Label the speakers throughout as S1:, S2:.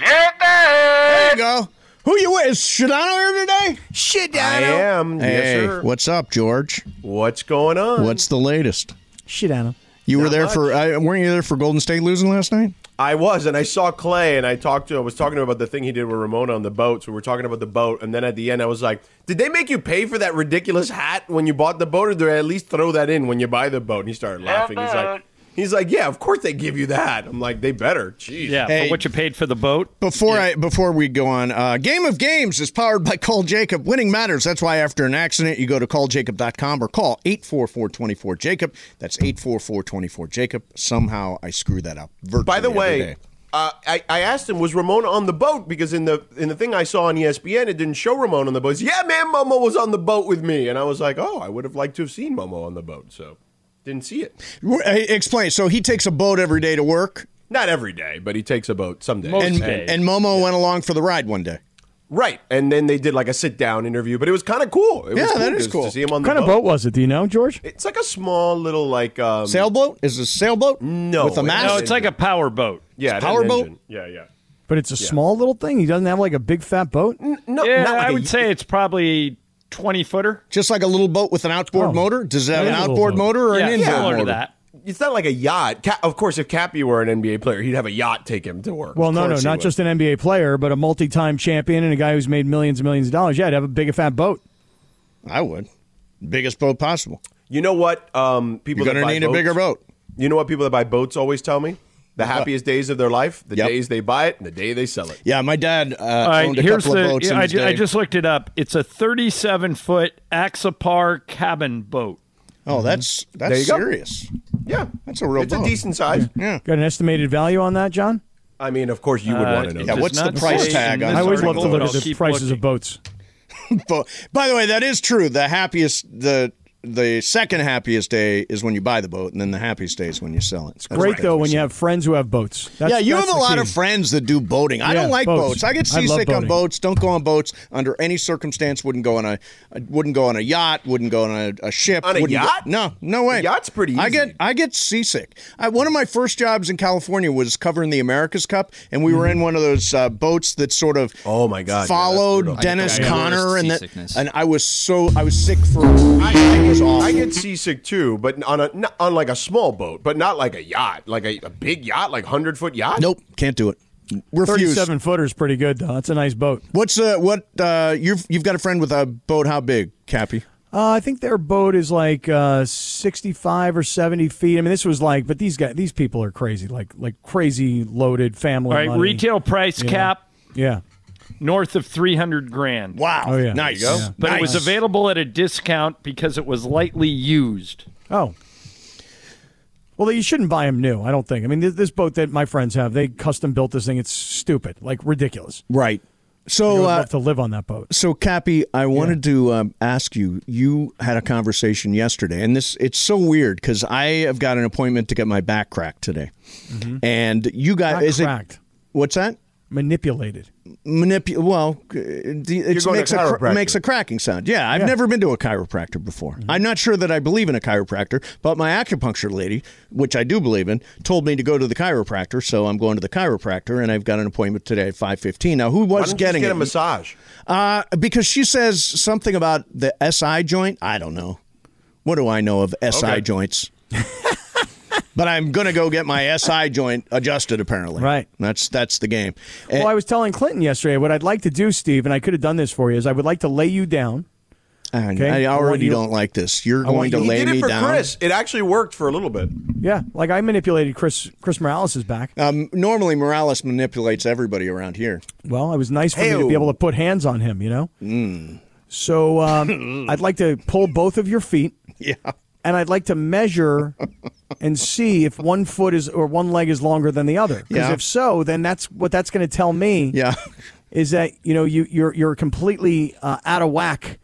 S1: There you go. Who you with? Is Shadano here today?
S2: Shit
S3: I
S2: down.
S3: am.
S1: hey,
S3: yes, sir.
S1: what's up, George?
S3: What's going on?
S1: What's the latest?
S2: Shit down.
S1: You were there for I, weren't you there for Golden State losing last night?
S3: I was, and I saw Clay, and I talked to. I was talking to him about the thing he did with Ramona on the boat. So we were talking about the boat, and then at the end, I was like, "Did they make you pay for that ridiculous hat when you bought the boat, or did they at least throw that in when you buy the boat?" And he started laughing. He's like, "He's like, yeah, of course they give you the hat." I'm like, "They better." Jeez.
S4: Yeah,
S1: Hey.
S4: for what you paid for the boat.
S1: Before I before we go on, uh, Game of Games is powered by Call Jacob. Winning matters. That's why after an accident, you go to calljacob.com or call 844-24-JACOB. That's 844-24-JACOB. Somehow I screw that up. Virtually
S3: By the
S1: every
S3: way,
S1: day.
S3: uh, I, I asked him, was Ramona on the boat? Because in the in the thing I saw on E ESPN, it didn't show Ramona on the boat. He said, yeah, man, Momo was on the boat with me, and I was like, oh, I would have liked to have seen Momo on the boat, so didn't see it.
S1: Hey, explain. So he takes a boat every day to work,
S3: Not every day, but he takes a boat some days.
S4: Most
S1: and,
S4: days.
S1: and Momo went along for the ride one day.
S3: right, and then they did like a sit down interview, but it was kind of cool. It
S1: Yeah,
S3: was
S1: that
S3: cool
S1: is
S3: to-
S1: cool.
S3: to see him on
S5: What
S3: the
S5: kind of boat was it? Do you know, George?
S3: It's like a small little like um,
S1: Sailboat is it a sailboat?
S3: No,
S1: with a
S3: it
S1: mast.
S4: No, it's like a power boat.
S3: yeah, it had an
S1: power boat?
S3: engine. Yeah, yeah.
S5: But it's a small little thing. He doesn't have like a big fat boat.
S3: No,
S4: yeah,
S3: not like
S4: I
S3: a-
S4: would say it's probably twenty footer.
S1: just like a little boat with an outboard
S5: Oh.
S1: motor. Does it have
S5: Yeah,
S1: an
S5: a little
S1: outboard
S5: boat.
S1: motor or
S4: yeah,
S1: an inboard
S4: similar
S1: motor?
S4: to that.
S3: It's not like a yacht. Ca- of course, if Cappy were an NBA player, he'd have a yacht take him to work.
S5: Well,
S3: Of
S5: no, no,
S3: course he
S5: not
S3: would.
S5: just an NBA player, but a multi-time champion and a guy who's made millions and millions of dollars. Yeah, I'd have a big fat boat.
S1: I would. Biggest boat possible.
S3: You know what? Um, people
S1: You're going
S3: that
S1: to
S3: buy
S1: need a
S3: boats-
S1: bigger boat.
S3: You know what people that buy boats always tell me? The happiest days of their life, the
S1: Yep.
S3: days they buy it, and the day they sell it.
S1: Yeah, my dad uh,
S4: All right,
S1: owned a
S4: here's
S1: couple
S4: the.
S1: of boats. in
S4: I,
S1: his
S4: ju- I
S1: day.
S4: just looked it up. It's a thirty-seven foot Axopar cabin boat.
S5: Mm-hmm.
S1: oh, that's
S3: There
S1: that's
S3: you go.
S1: serious.
S3: Yeah,
S1: That's a real
S3: It's
S1: boat.
S3: a decent size.
S5: Got an estimated value on that, John?
S3: I mean, of course, you would want to know.
S4: Uh, It
S1: yeah,
S3: that.
S4: does
S1: what's the
S4: not
S1: price
S4: say
S1: tag
S4: in
S1: on
S4: this
S1: I
S5: I always love
S4: article,
S5: to look
S4: but
S5: at
S4: I'll
S5: the
S4: keep
S5: prices
S4: looking.
S5: of boats.
S1: Bo- By the way, that is true. The happiest the the second happiest day is when you buy the boat, and then the happiest day is when you sell it. It's
S5: Great though when you have friends who have boats. That's,
S1: yeah, you
S5: that's
S1: have a
S5: the
S1: lot
S5: key.
S1: of friends that do boating. I
S5: Yeah,
S1: don't like boats.
S5: boats.
S1: I get
S5: I love
S1: seasick on
S5: boating.
S1: boats. Don't go on boats under any circumstance. Wouldn't go on a I wouldn't go on a yacht. Wouldn't go on a, a ship.
S3: On a
S1: wouldn't go-
S3: yacht?
S1: no, no way.
S3: A yacht's pretty
S1: I get
S3: easy.
S1: I get seasick. I, one of my first jobs in California was covering the America's Cup, and we were
S5: Mm-hmm.
S1: in one of those uh, boats that sort of
S3: Oh, my God, yeah, that's
S1: followed
S3: brutal. I get
S1: Dennis
S2: the worst
S1: Connor, and that,
S2: seasickness.
S1: and I was so I was sick for I, was awful.
S3: I get seasick too, but on a not, on like a small boat, but not like a yacht, like a, a big yacht, like hundred foot yacht.
S1: nope, can't do it. Refuse.
S5: Thirty-seven footer is pretty good though. That's a nice boat.
S1: What's uh what uh you've you've got a friend with a boat? How big, Cappy?
S5: Uh, I think their boat is like uh, sixty-five or seventy feet. I mean, this was like, but these guys, these people are crazy, like like crazy loaded family.
S4: All right,
S5: money.
S4: retail price cap
S5: Yeah,
S4: north of three hundred grand.
S1: Wow.
S5: Oh, yeah.
S1: Nice.
S5: There you go.
S4: But it was
S1: Nice.
S4: available at a discount because it was lightly used.
S5: Oh. Well, you shouldn't buy them new. I don't think. I mean, this, this boat that my friends have, they custom built this thing. It's stupid, like ridiculous.
S1: Right.
S5: I
S1: So,
S5: would
S1: uh,
S5: love to live on that boat.
S1: so Cappy, I wanted to um, ask you. You had a conversation yesterday, and this—it's so weird because I have got an appointment to get my back cracked today, and you
S5: Mm-hmm. Not
S1: got—is it?
S5: cracked,
S1: What's that?
S5: manipulated.
S1: Manipu- Well, uh, it it
S3: going to
S1: makes a cr-
S3: chiropractor. Mm-hmm.
S1: makes a cracking sound. Yeah, I've never been to a chiropractor before. I'm not sure that I believe in a chiropractor, but my acupuncture lady, which I do believe in, told me to go to the chiropractor, so I'm going to the chiropractor, and I've got an appointment today at 5:15. Now, who
S3: Why
S1: was
S3: don't you just
S1: getting
S3: get a
S1: it?
S3: massage.
S1: Uh, because she says something about the SI joint. I don't know. What do I know of SI
S3: Okay.
S1: joints? but I'm gonna go get my SI joint adjusted. Apparently,
S5: Right.
S1: That's that's the game.
S5: Well,
S1: Eh.
S5: I was telling Clinton yesterday what I'd like to do, Steve, and I could have done this for you. Is I would like to lay you down.
S1: And
S5: Okay.
S1: I
S5: I want
S1: already
S5: you-
S1: don't like this. You're going
S5: want
S1: to
S5: you- He
S1: lay
S3: Did
S1: me
S3: it for
S1: down.
S3: Chris? It actually worked for a little bit.
S5: Yeah, like I manipulated Chris Chris Morales' back.
S1: Um, normally, Morales manipulates everybody around here.
S5: Well, it was nice for me to
S3: Hey-o.
S5: be able to put hands on him. You know.
S1: Hmm.
S5: So um, I'd like to pull both of your feet.
S1: Yeah.
S5: and I'd like to measure and see if one foot is or one leg is longer than the other. Because
S1: Yeah.
S5: if so, then that's what that's going to tell me
S1: Yeah.
S5: is that you know you you're you're completely uh, out of whack.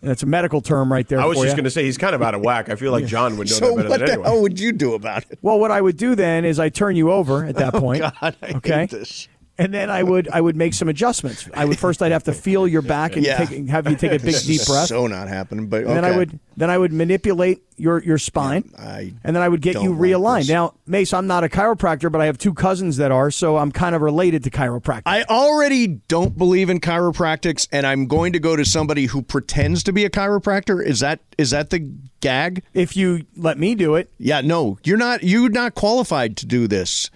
S5: That's a medical term right there.
S3: I was
S5: for
S3: just
S5: ya.
S3: going to say he's kind of out of whack. I feel like John would know
S1: So
S3: that better
S1: what
S3: than
S1: the
S3: anyone.
S1: hell would you do about it?
S5: Well, what I would do then is I turn you over at that point.
S1: Oh, God, I hate
S5: okay.
S1: this.
S5: And then I would I would make some adjustments. I would first I'd have to feel your back and
S1: Yeah.
S5: take, and have you take a big
S1: This
S5: deep
S1: is
S5: breath.
S1: So not happening. But
S5: and then I
S1: okay.
S5: would then I would manipulate your your spine.
S1: I
S5: and then I would get you
S1: don't like
S5: realigned.
S1: this.
S5: now, Mace, I'm not a chiropractor, but I have two cousins that are, so I'm kind of related to chiropractic.
S1: I already don't believe in chiropractics, and I'm going to go to somebody who pretends to be a chiropractor. Is that is that the gag?
S5: if you let me do it,
S1: Yeah, no, you're not. You're not qualified to do this,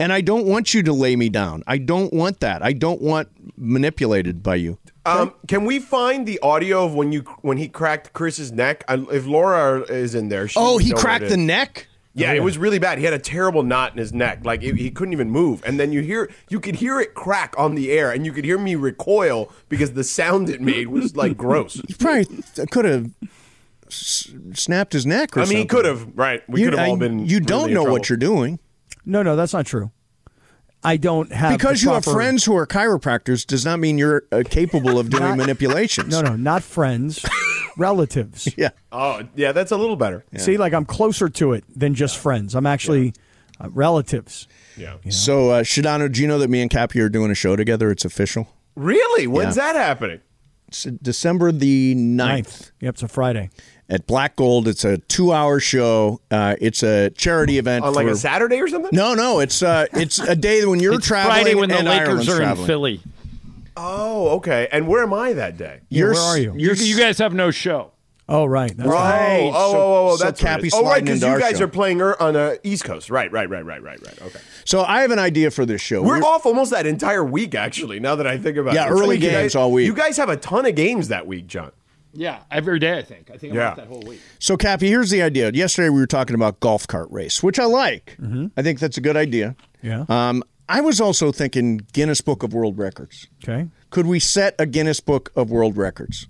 S1: and I don't want you to lay me down. I don't want that. I don't want manipulated by you.
S3: Um, can we find the audio of when you when he cracked Chris's neck? I, if Laura is in there, she
S1: Oh,
S3: would
S1: he
S3: know what
S1: cracked
S3: it
S1: the
S3: is.
S1: neck.
S3: Yeah, it was really bad. He had a terrible knot in his neck. Like it, he couldn't even move. And then you hear you could hear it crack on the air, and you could hear me recoil because the sound it made was like gross.
S1: He probably could have snapped his neck. Or
S3: I mean, he
S1: something.
S3: could have. Right, we
S1: You-
S3: could have all
S1: I-
S3: been.
S1: You don't
S3: really in
S1: know what
S3: trouble.
S1: you're doing.
S5: no, no, that's not true. I don't have the
S1: Because you have
S5: proper-
S1: friends who are chiropractors does not mean you're uh, capable of doing
S5: Not-
S1: manipulations.
S5: No, no, not friends, relatives.
S1: Yeah.
S3: Oh, yeah, that's a little better.
S5: See, like I'm closer to it than just friends. I'm actually uh, relatives.
S3: Yeah.
S1: So, uh, Shadano, do you know that me and Cappy are doing a show together? It's official.
S3: Really? When's that happening?
S1: It's December the 9th
S5: Yep, it's a Friday.
S1: at Black Gold. It's a two-hour show. Uh, it's a charity event.
S3: On Oh, like
S1: for-
S3: a Saturday or something?
S1: No, no. It's uh, it's a day when you're
S4: It's
S1: traveling
S4: Friday when the
S1: and
S4: Lakers
S1: Ireland's
S4: are
S1: traveling.
S4: in Philly.
S3: Oh, okay. And where am I that day?
S1: You're,
S5: where are you?
S4: You,
S1: You're,
S4: you guys have no show.
S5: Oh, right. That's
S3: Oh,
S1: Right.
S3: oh,
S1: So-
S3: oh, oh,
S1: so
S3: that's what it
S1: Cappy
S3: is. Oh, right,
S1: sliding
S3: because
S1: into
S3: you
S1: our
S3: guys
S1: show.
S3: are playing er- on uh, East Coast. Right, right, right, right, right, right, right.
S1: so I have an idea for this show.
S3: We're
S1: We're-
S3: off almost that entire week, actually. Now that I think about
S1: Yeah,
S3: it,
S1: early
S3: you
S1: games
S3: guys-
S1: all week.
S3: You guys have a ton of games that week, John.
S4: Yeah, every day I think. I think I'm
S3: Yeah.
S4: off that whole week.
S1: So, Cappy, here's the idea. Yesterday we were talking about golf cart race, which I like.
S3: Mm-hmm.
S1: I think that's a good idea.
S5: Yeah.
S1: Um, I was also thinking Guinness Book of World Records.
S5: okay.
S1: Could we set a Guinness Book of World Records?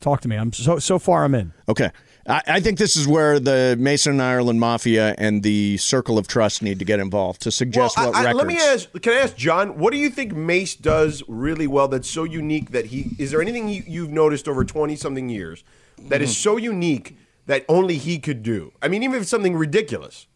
S5: Talk to me. I'm so so far. I'm in.
S1: Okay. I, I think this is where the Mason and Ireland Mafia and the Circle of Trust need to get involved to suggest
S3: I-
S1: what
S3: I-
S1: records.
S3: let me ask. Can I ask John? What do you think Mace does really well? That's so unique that he is there anything you, you've noticed over twenty something years that is
S1: Mm-hmm.
S3: so unique that only he could do? I mean, even if it's something ridiculous.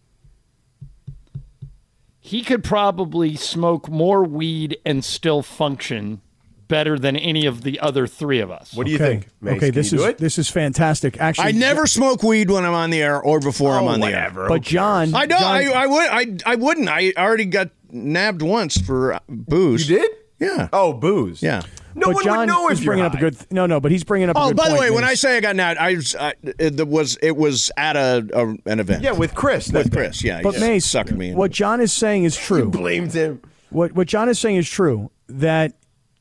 S4: He could probably smoke more weed and still function better than any of the other three of us.
S3: What do you
S5: okay.
S3: think? Mace?
S5: okay.
S3: Can
S5: This
S3: you
S5: is
S3: do it?
S5: this is fantastic. Actually,
S1: I never smoke weed when I'm on the air or before I'm
S3: Oh,
S1: on the air.
S3: whatever.
S5: But
S3: Okay.
S5: John,
S1: I know.
S5: John-
S1: I, I would. I, I wouldn't. I already got nabbed once for uh, booze.
S3: You did?
S1: Yeah.
S3: Oh, booze.
S1: Yeah.
S3: No
S5: but
S3: one
S5: John
S3: would know
S5: is
S3: if you're
S5: bringing up a
S3: high.
S5: good. No, no, but he's bringing up. a
S1: Oh,
S5: good
S1: by the
S5: point,
S1: way, when I
S5: Mace.
S1: say I got nabbed, I was I, it was it was at a, a an event.
S3: Yeah, with Chris. that
S1: with
S3: day.
S1: Chris. Yeah,
S5: but
S1: he
S5: Mace,
S1: suckered me. in.
S5: what John is saying is true.
S3: Blamed him.
S5: what what John is saying is true. That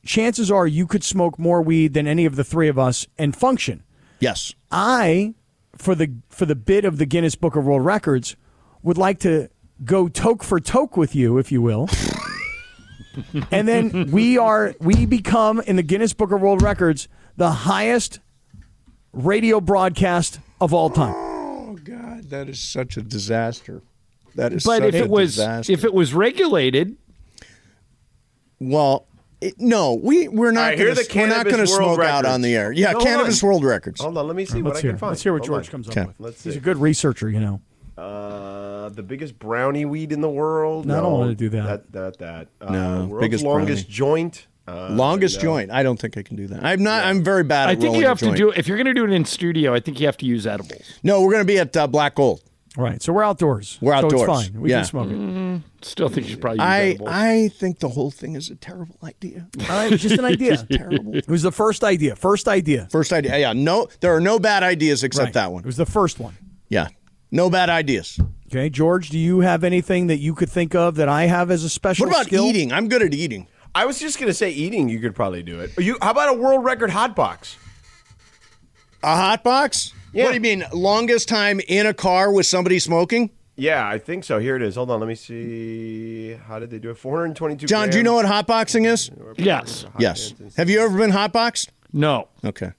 S5: chances are you could smoke more weed than any of the three of us and function.
S1: yes.
S5: I, for the for the bit of the Guinness Book of World Records, would like to go toke for toke with you, if you will. and then we are we become in the Guinness Book of World Records the highest radio broadcast of all time.
S1: Oh God, that is such a disaster. That is.
S4: but if it was if it was regulated,
S1: well, it, no, we we're not
S3: I hear
S1: gonna,
S3: the
S1: we're not
S3: cannabis
S1: going to
S3: world
S1: smoke out
S3: records.
S1: on the air. Yeah,
S3: No, hold
S1: cannabis
S3: on.
S1: world records.
S3: Hold on, let me see what
S5: Let's
S3: I
S5: hear,
S3: can find. Oh
S5: let's hear what
S3: Hold
S5: George
S3: on.
S5: comes
S1: Okay.
S5: up with.
S3: Let's see.
S5: He's a good researcher, you know.
S3: Uh, the biggest brownie weed in the world.
S5: No, I don't wanna do that.
S3: That that that. Uh,
S1: No,
S3: world's
S1: biggest
S3: longest
S1: brownie.
S3: joint. Uh,
S1: Longest
S3: no.
S1: joint. I don't think I can do that. I'm not. I'm very bad. At
S4: I think
S1: rolling
S4: you
S1: a
S4: have to
S1: joint.
S4: do if you're going to do it in studio. I think you have to use edibles.
S1: No, we're going to be at uh, Black Gold.
S5: All right, so we're outdoors.
S1: We're outdoors,
S5: So it's fine. We
S1: yeah.
S5: can smoke
S4: Mm.
S5: it.
S4: Still think you should probably use
S1: I
S4: edibles.
S1: I think the whole thing is a terrible idea.
S5: All right, it's just an idea.
S1: terrible.
S5: It was the first idea. First idea.
S1: First idea. Yeah. No, there are no bad ideas except
S5: Right.
S1: that one.
S5: It was the first one.
S1: Yeah. No bad ideas.
S5: Okay, George, do you have anything that you could think of that I have as a special
S1: What about
S5: skill?
S1: eating? I'm good at eating.
S3: I was just gonna say eating. You could probably do it. You how about a world record hot box?
S1: A hot box?
S3: Yeah.
S1: What do you mean? Longest time in a car with somebody smoking?
S3: Yeah, I think so. Here it is. Hold on, let me see. How did they do it? 422.
S1: John, do you know
S3: grams.
S1: what hot boxing is?
S4: yes,
S1: Yes. Have you ever been hot boxed?
S4: no.
S1: Okay.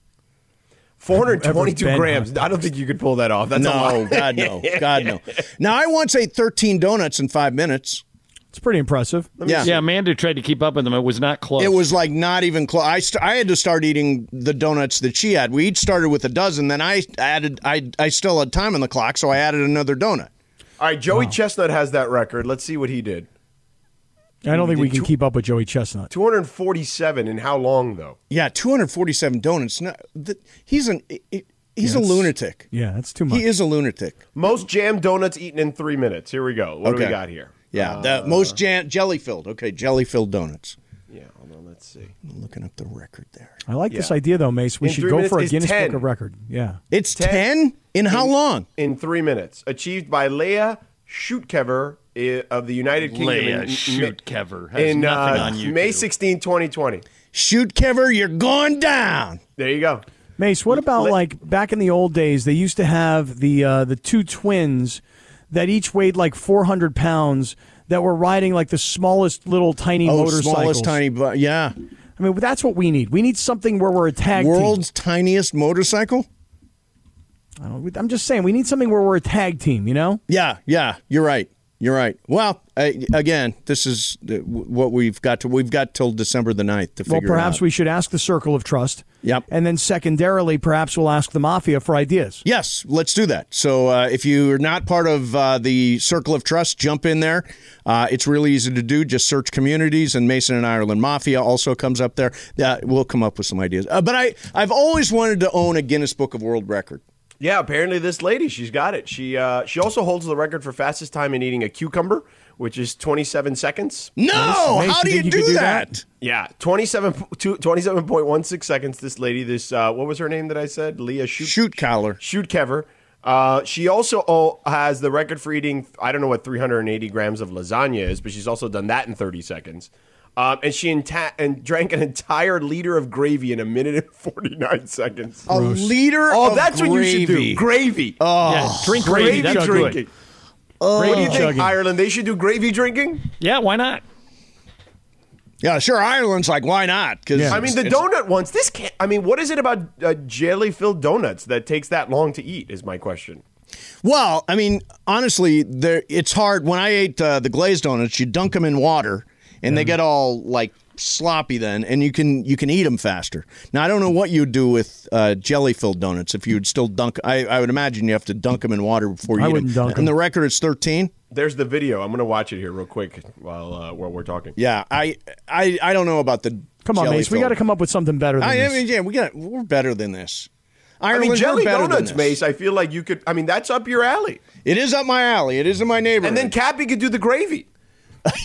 S3: 422
S5: Ever been
S3: grams. I don't think you could pull that off. That's a lot.
S1: No, God no, God no. Now I once ate 13 donuts in five minutes.
S5: It's pretty impressive.
S1: Yeah.
S4: Yeah, Amanda tried to keep up with them. It was not close.
S1: It was like not even close. I, st- I had to start eating the donuts that she had. We each started with a dozen. Then I added. I I still had time on the clock, so I added another donut.
S3: All right, Joey Chestnut has that record. Let's see what he did.
S5: I don't think we can keep up with Joey Chestnut.
S3: 247 in how long though?
S1: Yeah, 247 donuts. No, th- he's an i- i- he's a lunatic.
S5: Yeah, that's too much.
S1: He is a lunatic.
S3: Most jam donuts eaten in 3 minutes. Here we go. What do we got here? Uh,
S1: Yeah, the most jam- jelly filled. Okay, jelly filled donuts.
S3: Yeah, hold on, let's see.
S1: I'm looking up the record there.
S5: I like this idea though, Mace. We
S3: In
S5: should
S3: three
S5: go
S3: minutes
S5: for a
S3: is
S5: Guinness
S3: 10.
S5: Book of Record. Yeah.
S1: It's
S3: Ten-
S1: 10, in how long?
S3: In 3 minutes, achieved by Leah Schutekever i- of the United Kingdom
S4: Leah
S3: in-
S4: Schutekever has
S3: in
S4: nothing
S3: uh,
S4: on YouTube.
S3: May 16, 2020.
S1: Shoot, Kever, you're going down.
S3: There you go.
S5: Mace, what about like back in the old days? They used to have the uh, the two twins that each weighed like four hundred pounds that were riding like the smallest little tiny
S1: Oh,
S5: motorcycles.
S1: smallest tiny, bu- yeah.
S5: I mean, that's what we need. We need something where we're a tag
S1: World's tiniest motorcycle?
S5: team. I don't- I'm just saying, we need something where we're a tag team. You know?
S1: Yeah, yeah, you're right. You're right. Well, I, again, this is the, w- what we've got to. We've got till December the 9th to figure
S5: Well,
S1: it
S5: perhaps
S1: out.
S5: we should ask the Circle of Trust.
S1: Yep.
S5: And then secondarily, perhaps we'll ask the Mafia for ideas.
S1: Yes, let's do that. So uh, if you're not part of uh, the Circle of Trust, jump in there. Uh, it's really easy to do. Just search communities, and Mason and Ireland Mafia also comes up there. Uh, we'll come up with some ideas. Uh, but I, I've always wanted to own a Guinness Book of World Record.
S3: Yeah, apparently this lady, she's got it. She uh, she also holds the record for fastest time in eating a cucumber, which is 27 seconds.
S1: No,
S5: Mason,
S1: how do you
S5: think
S1: do,
S5: you could do
S1: that?
S5: that?
S3: Yeah, 27, p- two- 27.16 seconds. This lady, this uh, what was her name that I said? Leah Shoot
S1: Shoot collar.
S3: Shoot Kever. Uh, she also o- has the record for eating. I don't know what 380 grams of lasagna is, but she's also done that in 30 seconds. Um, and she enta- and drank an entire liter of gravy in a minute and 49 seconds.
S1: A liter.
S3: Oh,
S1: of
S3: that's what you should
S1: gravy.
S3: do. Gravy. Oh,
S4: yeah, drink gravy. That's good.
S3: drinking. what do you think, Ireland? They should do gravy drinking?
S4: Yeah, why not?
S1: Yeah, sure. Ireland's like, why not? Because
S5: Yeah.
S3: I mean, the donut ones, this can't. I mean, what is it about uh, jelly filled donuts that takes that long to eat, is my question.
S1: Well, I mean, honestly, there it's hard. When I ate uh, the glazed donuts, you dunk them in water, and they get all like sloppy then, and you can you can eat them faster. Now I don't know what you'd do with uh, jelly filled donuts if you would still dunk. I, I would imagine you have to dunk them in water before you
S5: I
S1: eat
S5: wouldn't
S1: them.
S5: dunk
S1: and the
S5: 'em.
S1: record is thirteen.
S3: There's the video. I'm going to watch it here real quick while, uh, while we're talking.
S1: Yeah, I I I don't know about the.
S5: Come on, Mace. We got to
S1: to
S5: come up with something better than
S1: I, I
S5: this.
S1: mean, yeah, we got. We're better than this.
S3: I
S1: Ireland,
S3: mean, jelly
S1: we're better
S3: donuts,
S1: than this.
S3: Mace. I feel like you could. I mean, that's up your alley.
S1: It is up my alley. It is in my neighborhood.
S3: And then Cappy could do the gravy.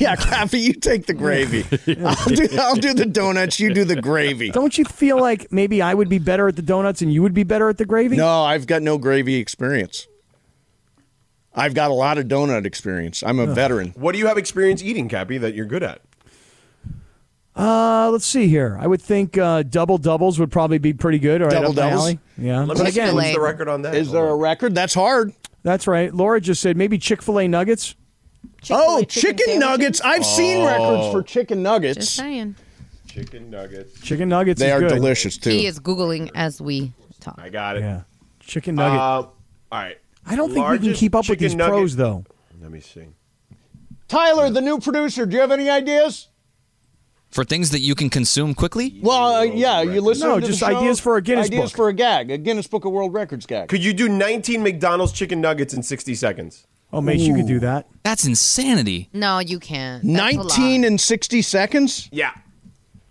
S1: Yeah, Cappy, you take the gravy. I'll do, I'll do the donuts. You do the gravy.
S5: Don't you feel like maybe I would be better at the donuts and you would be better at the gravy?
S1: No, I've got no gravy experience. I've got a lot of donut experience. I'm a veteran.
S3: What do you have experience eating, Cappy, that you're good at?
S5: Uh, let's see here. I would think uh, double doubles would probably be pretty good. All right,
S1: Double
S5: up my
S1: doubles?
S5: alley. Yeah.
S3: Let
S5: But
S3: me
S5: again,
S3: what's the record on that.
S1: Is there a record? That's hard.
S5: that's right. Laura just said maybe Chick Fil A nuggets. Oh.
S2: Chick-fil-A
S1: oh, chicken, nuggets. I've seen records for chicken
S2: Just
S1: nuggets.
S2: saying.
S3: chicken nuggets?
S5: Chicken nuggets.
S1: They
S5: is
S1: are
S5: good.
S1: delicious too.
S2: He is Googling as we talk.
S3: I got it.
S5: Yeah. Chicken
S3: Uh,
S5: nugget.
S3: all right.
S5: I don't think we can
S3: Largest
S5: keep up with
S3: chicken
S5: these
S3: nugget-
S5: pros though.
S3: Let me see.
S1: Tyler, the new producer, do you have any ideas?
S6: For things that you can consume quickly?
S1: Well, uh, yeah, you listen
S5: No,
S1: to the
S5: just
S1: show?
S5: ideas for a Guinness
S1: Ideas
S5: book.
S1: for a gag, a Guinness Book of World Records gag.
S3: Could you do 19 McDonald's chicken nuggets in 60 seconds?
S5: Oh, Mace, you could do that.
S6: That's insanity.
S2: No, you can't. That's a lot.
S1: 19 and 60 seconds?
S3: Yeah.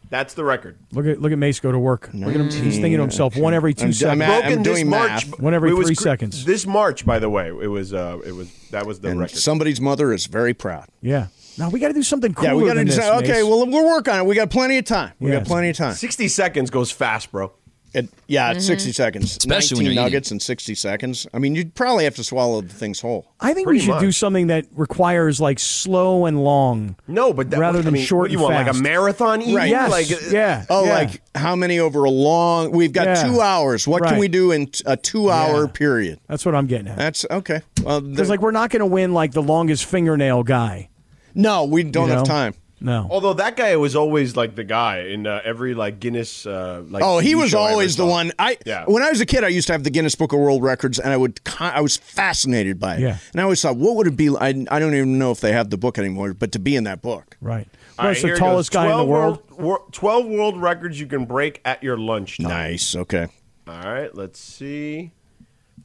S3: That's the record.
S5: Look at look at Mace go to work. Look at him. He's thinking to himself one every 2
S1: I'm- I'm
S5: seconds.
S1: at- I- I'm doing math.
S5: One every
S3: it was
S5: three
S3: cr-
S5: seconds.
S3: This March, by the way, it was uh, it was that was the
S1: And
S3: record.
S1: somebody's mother is very proud.
S5: yeah. Now we got to do something cooler
S1: Yeah, we got to
S5: than this.
S1: decide. Okay,
S5: Mace.
S1: well, we'll work on it. We got plenty of time. We got
S5: Yes.
S1: plenty of time.
S3: 60 seconds goes fast, bro.
S1: It- yeah,
S2: Mm-hmm.
S1: it's 60 seconds.
S6: Especially
S1: 19
S6: when you're
S1: nuggets in 60 seconds. I mean, you'd probably have to swallow the things whole.
S5: I think we
S3: pretty
S5: should do
S3: much.
S5: something that requires like slow and long.
S3: No, but that,
S5: rather
S3: I
S5: than
S3: mean,
S5: short
S3: what do you
S5: and
S3: want like
S5: fast.
S3: a marathon eat?
S1: Right.
S5: Yes.
S3: Like uh,
S5: yeah.
S1: Oh,
S5: yeah.
S1: like how many over a long? We've got
S5: Yeah.
S1: two hours. What can
S5: Right.
S1: we do in t- a two-hour
S5: Yeah.
S1: period?
S5: that's what I'm getting at.
S1: That's okay. Well,
S5: Because
S1: there's
S5: like we're not going to win like the longest fingernail guy.
S1: no, we don't
S5: you
S1: have
S5: know?
S1: time.
S5: No.
S3: Although that guy was always like the guy in uh, every like Guinness. Uh, like
S1: Oh, he
S3: TV
S1: was
S3: show I ever
S1: always the
S3: saw.
S1: one. I
S3: Yeah.
S1: when I was a kid, I used to have the Guinness Book of World Records, and I would con- I was fascinated by it.
S5: Yeah.
S1: And I always thought, what would it be? I, I don't even know if they have the book anymore, but to be in that book.
S5: Right.
S3: All
S5: Well,
S3: right,
S5: it's the
S3: here it
S5: tallest
S3: goes.
S5: guy in the
S3: 12
S5: world.
S3: wor- Twelve world records you can break at your lunch.
S1: Nice. Okay.
S3: All right, let's see.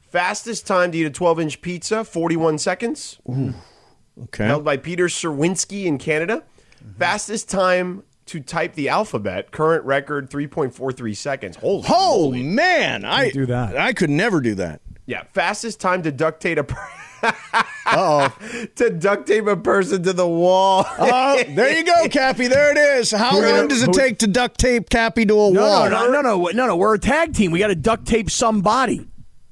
S3: Fastest time to eat a 12 inch pizza, 41 seconds,
S1: Okay. Mm-hmm.
S3: held by Peter Serwinski in Canada. Fastest time to type the alphabet, current record 3.43 seconds. Holy.
S1: oh man, I
S5: do that.
S1: I could never do that.
S3: Yeah, fastest time to duct tape a per- to duct tape a person to the wall.
S1: Oh, there you go, Cappy. There it is. How
S5: We're gonna-
S1: long does it
S5: who-
S1: take to duct tape Cappy to a
S5: No,
S1: wall?
S5: no, no, no, no, no, no. We're a tag team. We got to duct tape somebody.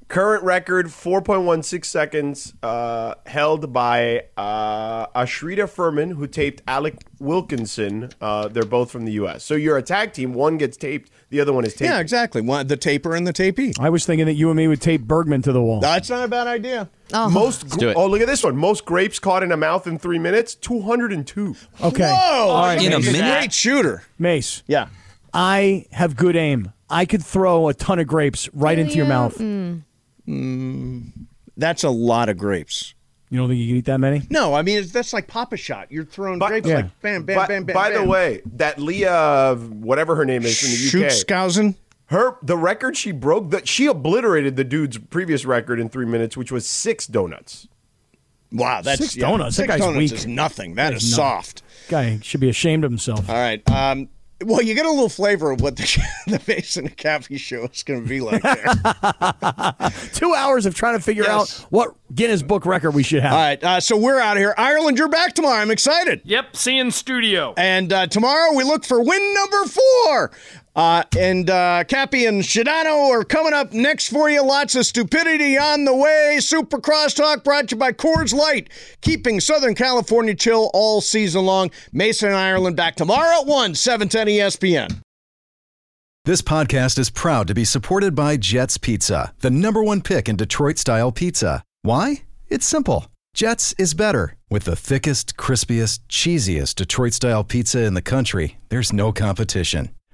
S3: Current record 4.16 seconds, uh, held by uh, Ashrita Furman, who taped Alec Wilkinson. Uh, they're both from the U.S. So you're a tag team. One gets taped, the other one is taped.
S1: Yeah, exactly. One, the taper and the tapee.
S5: I was thinking that you and me would tape Bergman to the wall.
S1: That's not a bad idea.
S2: Oh,
S3: Most
S6: do it.
S3: oh look at this one. Most grapes caught in a mouth in three minutes. Two hundred and two.
S5: Okay.
S1: Whoa!
S6: In a
S1: He's
S6: minute?
S1: great shooter.
S5: Mace,
S1: Yeah.
S5: I have good aim. I could throw a ton of grapes right into your mouth.
S1: Mm, That's a lot of grapes.
S5: You don't think you could eat that many?
S1: No, I mean it's, that's like Papa Shot. You're throwing grapes
S5: Yeah.
S1: like bam, bam,
S3: By,
S1: bam, bam.
S3: by the
S1: bam.
S3: way, that Leah, uh, whatever her name is from the UK,
S1: Schutzkausen.
S3: her the record she broke that she obliterated the dude's previous record in three minutes, which was six donuts.
S1: Wow, that's
S5: Six donuts. That
S1: Six
S5: guy's
S1: donuts
S5: weak.
S1: is nothing. That is
S5: nothing.
S1: soft.
S5: Guy should be ashamed of himself.
S1: All right. Um, well, you get a little flavor of what the the base and the cafe show is going to be like there. All
S5: Two hours of trying to figure out what Guinness Book record we should have.
S1: right. Uh, so we're out of here. Ireland, you're back tomorrow. I'm excited.
S4: Yep, see you in studio.
S1: And uh, tomorrow we look for win number four. Uh, and uh, Cappy and Shadano are coming up next for you. Lots of stupidity on the way. Super Crosstalk brought to you by Coors Light, keeping Southern California chill all season long. Mason and Ireland back tomorrow at 1, 710 ESPN.
S7: This podcast is proud to be supported by Jets Pizza, the number one pick in Detroit style pizza. Why? It's simple. Jets is better. With the thickest, crispiest, cheesiest Detroit style pizza in the country, there's no competition.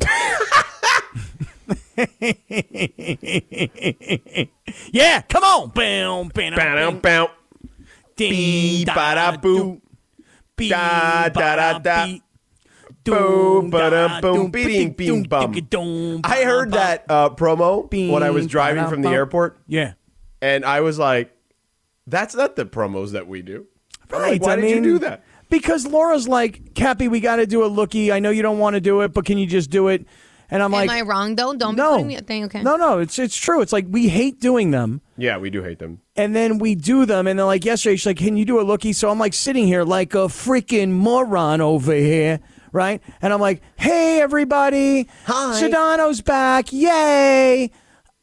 S5: Yeah, come on. Bam, bam,
S3: Bow, bow.
S5: Ding, da,
S3: Ba-da-boo.
S5: Bee,
S3: Da, da, da, da.
S5: bee.
S3: Boom, ba-dum, boom,
S5: Doom,
S3: beating,
S5: ba-ding,
S3: being
S5: doom,
S3: bum.
S5: dick-a-doom,
S3: I heard
S5: ba-da-ba.
S3: that uh, promo when I was
S5: Bing,
S3: driving from the
S5: ba-da-bum.
S3: airport,
S5: Yeah.
S3: and I was like, "That's not the promos that we do." I'm like,
S5: Right.
S3: Why
S5: I
S3: did
S5: mean,
S3: you do that?
S5: Because Laura's like, Cappy, we got to do a lookie. I know you don't want to do it, but can you just do it? And I'm
S2: Am
S5: like,
S2: I wrong though? Don't be
S5: no,
S2: putting me thing. Okay.
S5: no, no. It's it's true. It's like we hate doing them,
S3: Yeah, we do hate them.
S5: and then we do them, and then like yesterday, she's like, can you do a lookie? So I'm like sitting here like a freaking moron over here. Right? And I'm like, hey, everybody. Hi. Sedano's back. Yay.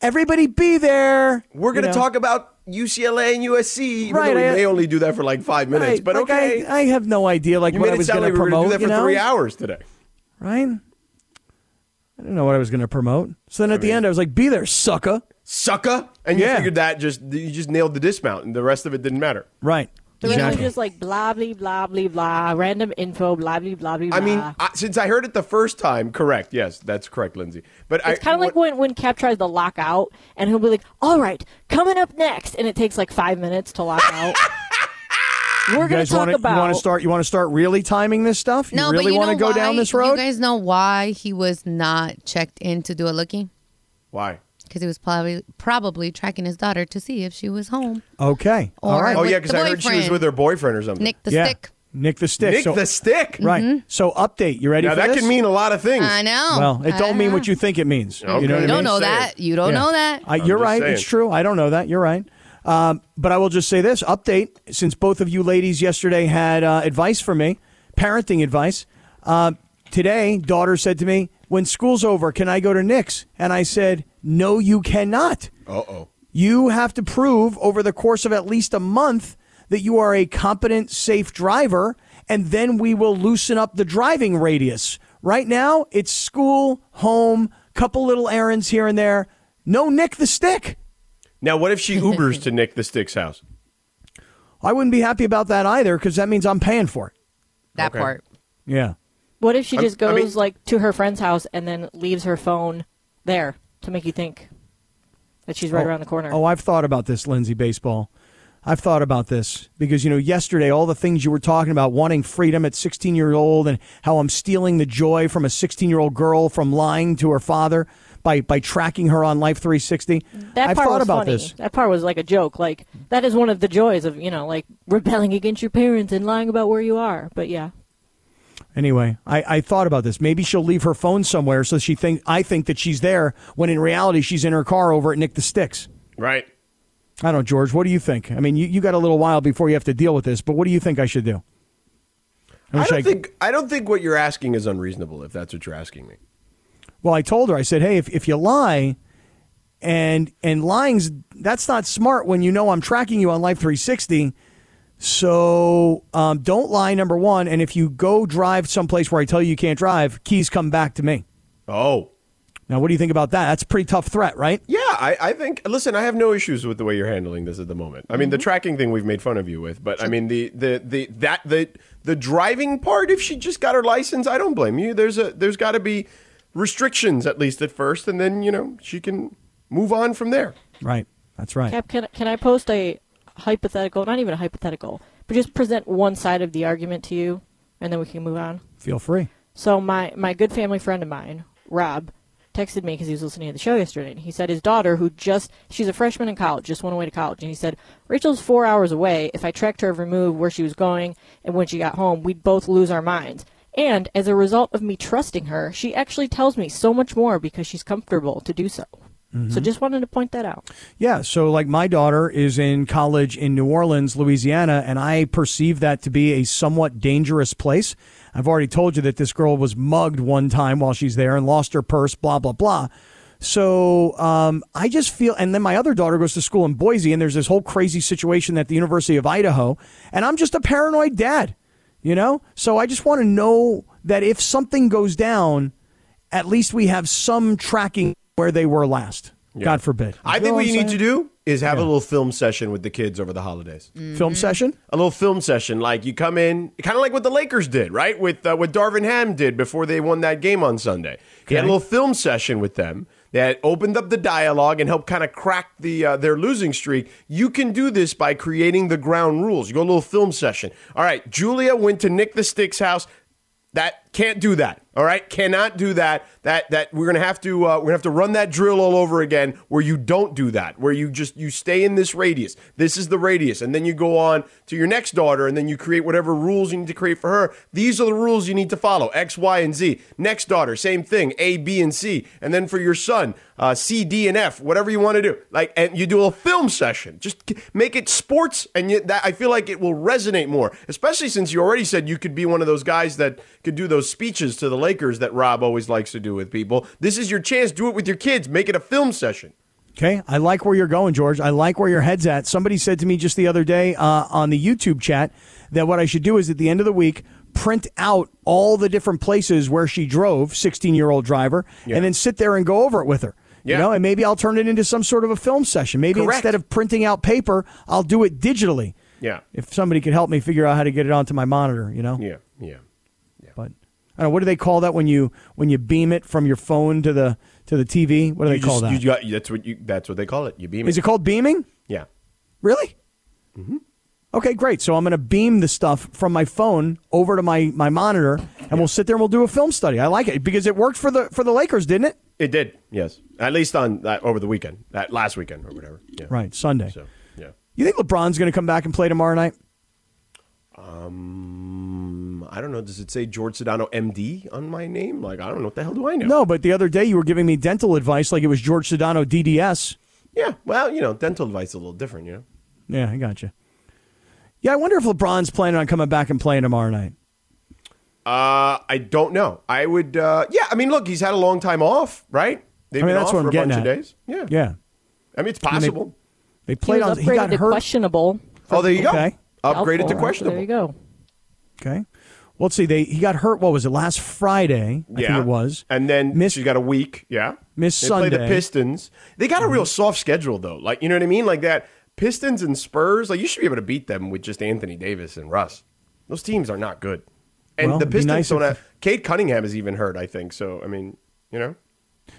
S5: Everybody be there.
S3: We're going to
S5: You know?
S3: talk about UCLA and USC. Even
S5: Right,
S3: though we
S5: I-
S3: may only do that for like five minutes,
S5: Right,
S3: but
S5: like, I-
S3: okay.
S5: I, have no idea like
S3: you
S5: what
S3: made
S5: I
S3: it
S5: was
S3: sound
S5: going to
S3: like we were going
S5: promote.
S3: to do that for
S5: you know?
S3: three hours today.
S5: right? I didn't know what I was going to promote. So then at the end, I was like, "Be there, sucker!"
S3: Sucker. And you
S5: Yeah.
S3: figured that just, you just nailed the dismount, and the rest of it didn't matter.
S5: Right?
S8: The rest was just like blah blah blah blah blah random info blah blah blah blah.
S3: I mean,
S8: blah.
S3: I, since I heard it the first time, correct. Yes, that's correct, Lindsay. But
S8: it's kind of like when when Cap tries to lock out, and he'll be like, "All right, coming up next," and it takes like five minutes to lock out. We're
S5: You
S8: gonna
S5: guys
S8: talk
S5: want to
S8: about.
S5: start? You want to start really timing this stuff?
S2: No,
S5: you
S2: but
S5: really
S2: you
S5: want to
S2: know
S5: go down
S2: why-
S5: this road?
S2: You guys know why he was not checked in to do a looking?
S3: why?
S2: because he was probably probably tracking his daughter to see if she was home.
S5: Okay.
S2: Or All right.
S3: Oh
S2: with
S3: yeah, because
S2: the
S3: I heard she was
S2: boyfriend.
S3: with her boyfriend or something.
S2: Nick the stick. Mm-hmm.
S5: Nick the stick.
S3: Nick the stick.
S5: Right. So update. You ready?
S3: Now,
S5: for
S3: that
S5: this?
S3: could mean a lot of things.
S2: I know.
S5: Well, it
S2: I
S5: don't mean
S2: know.
S5: what you think it means.
S2: Okay.
S5: You know what I
S2: You don't
S5: mean?
S2: know that. You don't know that.
S5: Uh, you're
S2: I'm just
S5: right.
S2: saying.
S5: It's true. I don't know that. You're right. Um, but I will just say this update since both of you ladies yesterday had uh, advice for me, parenting advice. Uh, today, daughter said to me, When school's over, can I go to Nick's? And I said, No, you cannot.
S3: Uh oh.
S5: You have to prove over the course of at least a month that you are a competent, safe driver, and then we will loosen up the driving radius. Right now, it's school, home, couple little errands here and there. No Nick the stick.
S3: Now, what if she Ubers to Nick the Stick's house?
S5: I wouldn't be happy about that either because that means I'm paying for it.
S2: That
S3: Okay.
S2: part.
S5: Yeah.
S8: What if she
S5: I-
S8: just
S5: I
S8: goes
S5: mean-
S8: like to her friend's house and then leaves her phone there to make you think that she's right
S5: Oh,
S8: around the corner?
S5: Oh, I've thought about this, Lindsay Baseball. I've thought about this because, you know, yesterday, all the things you were talking about wanting freedom at 16 years old and how I'm stealing the joy from a 16 year old girl from lying to her father by, by tracking her on Life 360.
S8: that
S5: I've
S8: part
S5: thought
S8: was
S5: about
S8: funny.
S5: this.
S8: That part was like a joke. Like that is one of the joys of you know like rebelling against your parents and lying about where you are. But yeah,
S5: Anyway, I, I thought about this. Maybe she'll leave her phone somewhere so she think I think that she's there when in reality she's in her car over at Nick the Sticks.
S3: Right.
S5: I don't know, George. What do you think? I mean, you, you got a little while before you have to deal with this, but what do you think I should do?
S3: I
S5: wish
S3: don't
S5: I-
S3: think I don't think what you're asking is unreasonable. If that's what you're asking me.
S5: Well, I told her, I said, hey, if, if you lie and and lying's that's not smart when you know I'm tracking you on Life 360. So um, don't lie, number one. And if you go drive someplace where I tell you you can't drive, keys come back to me.
S3: Oh.
S5: Now, what do you think about that? That's a pretty tough threat, right?
S3: Yeah, I, I think. Listen, I have no issues with the way you're handling this at the moment. I mean, the tracking thing we've made fun of you with, but I mean the the the that the the driving part. If she just got her license, I don't blame you. There's a there's got to be restrictions at least at first, and then you know she can move on from there.
S5: Right. That's right.
S8: Cap, can can I post a hypothetical? Not even a hypothetical, but just present one side of the argument to you, and then we can move on.
S5: Feel free.
S8: So my my good family friend of mine, Rob, texted me because he was listening to the show yesterday, and he said his daughter, who just she's a freshman in college, just went away to college, and he said Rachel's four hours away. If I tracked her every move, where she was going, and when she got home, we'd both lose our minds. And as a result of me trusting her, she actually tells me so much more because she's comfortable to do so. So
S5: Mhm.
S8: just wanted to point that out.
S5: Yeah. So, like, my daughter is in college in New Orleans, Louisiana, and I perceive that to be a somewhat dangerous place. I've already told you that this girl was mugged one time while she's there and lost her purse, blah, blah, blah. So, um, I just feel, and then my other daughter goes to school in Boise, and there's this whole crazy situation at the University of Idaho, and I'm just a paranoid dad, you know? So, I just want to know that if something goes down, at least we have some tracking where they were last. God forbid.
S3: I think
S5: know
S3: what you
S5: I'm
S3: need to
S5: saying? Mm-hmm.
S3: do is have a little film session with the kids over the holidays.
S5: Film session?
S3: A little film session, like you come in, kind of like what the Lakers did, right? With uh, what Darvin Ham did before they won that game on Sunday. He had a
S5: Okay.
S3: little film session with them that opened up the dialogue and helped kind of crack the uh, their losing streak. You can do this by creating the ground rules. You go a little film session. All right, Julia went to Nick the Stick's house. That can't do that. All right, cannot do that. That that we're gonna have to uh, we're gonna have to run that drill all over again, where you don't do that, where you just you stay in this radius. This is the radius, and then you go on to your next daughter, and then you create whatever rules you need to create for her. These are the rules you need to follow: X, Y, and Z. Next daughter, same thing: A, B, and C. And then for your son, uh, C, D, and F. Whatever you want to do, like, and you do a film session. Just g- make it sports, and you, that I feel like it will resonate more, especially since you already said you could be one of those guys that could do those speeches to the Lakers that Rob always likes to do with people. This is your chance. Do it with your kids. Make it a film session.
S5: Okay, I like where you're going, George. I like where your head's at. Somebody said to me just the other day uh, on the YouTube chat that what I should do is at the end of the week print out all the different places where she drove, 16 year old driver, and then sit there and go over it with her. You know, and maybe I'll turn it into some sort of a film session. Maybe
S3: Correct.
S5: instead of printing out paper, I'll do it digitally.
S3: Yeah.
S5: If somebody could help me figure out how to get it onto my monitor, you know.
S3: Yeah. Yeah.
S5: But I don't know what do they call that when you when you beam it from your phone to the to the TV? What do they
S3: You
S5: call that?
S3: just- You got, that's what you. That's what they call it. You beam
S5: Is it called beaming?
S3: Yeah.
S5: Really?
S3: Mm-hmm.
S5: Okay, great. So I'm going to beam the stuff from my phone over to my, my monitor, and we'll sit there and we'll do a film study. I like it because it worked for the for the Lakers, didn't it?
S3: It did, yes. At least on that over the weekend, that last weekend or whatever. Yeah.
S5: Right, Sunday.
S3: So, yeah.
S5: You think LeBron's going to come back and play tomorrow night?
S3: Um, I don't know. Does it say George Sedano, MD, on my name? Like, I don't know what the hell do I know.
S5: No, but the other day you were giving me dental advice like it was George Sedano DDS.
S3: Yeah. Well, you know, dental advice is a little different. You know.
S5: Yeah, I gotcha. Yeah, I wonder if LeBron's planning on coming back and playing tomorrow night.
S3: Uh, I don't know. I would. Uh, yeah. I mean, look, he's had a long time off, right? They've
S5: I mean,
S3: been
S5: that's
S3: off
S5: what I'm
S3: for a bunch
S5: getting
S3: of
S5: at.
S3: days. Yeah.
S5: Yeah.
S3: I mean, it's
S5: I mean, they-
S3: possible.
S5: They played
S8: he was
S5: on.
S8: upgraded
S5: He got
S8: to
S5: hurt.
S8: questionable.
S3: Oh, there you go.
S5: Okay.
S3: Upgraded
S8: Doubtful,
S3: to
S8: huh?
S3: questionable.
S8: There you go.
S5: Okay. Well, let's see. They he got hurt. What was it? Last Friday, I
S3: Yeah.
S5: think it was.
S3: And then
S5: Miss-
S3: she's got a week. Yeah.
S5: Miss
S3: they Play
S5: Sunday. Mm-hmm.
S3: the Pistons. They got a real soft schedule though. Like you know what I mean? Like that Pistons and Spurs. Like you should be able to beat them with just Anthony Davis and Russ. Those teams are not good. And
S5: Well,
S3: the
S5: it'd be
S3: Pistons
S5: nice
S3: don't
S5: if-
S3: have. Kate Cunningham is even hurt. I think so. I mean, you know.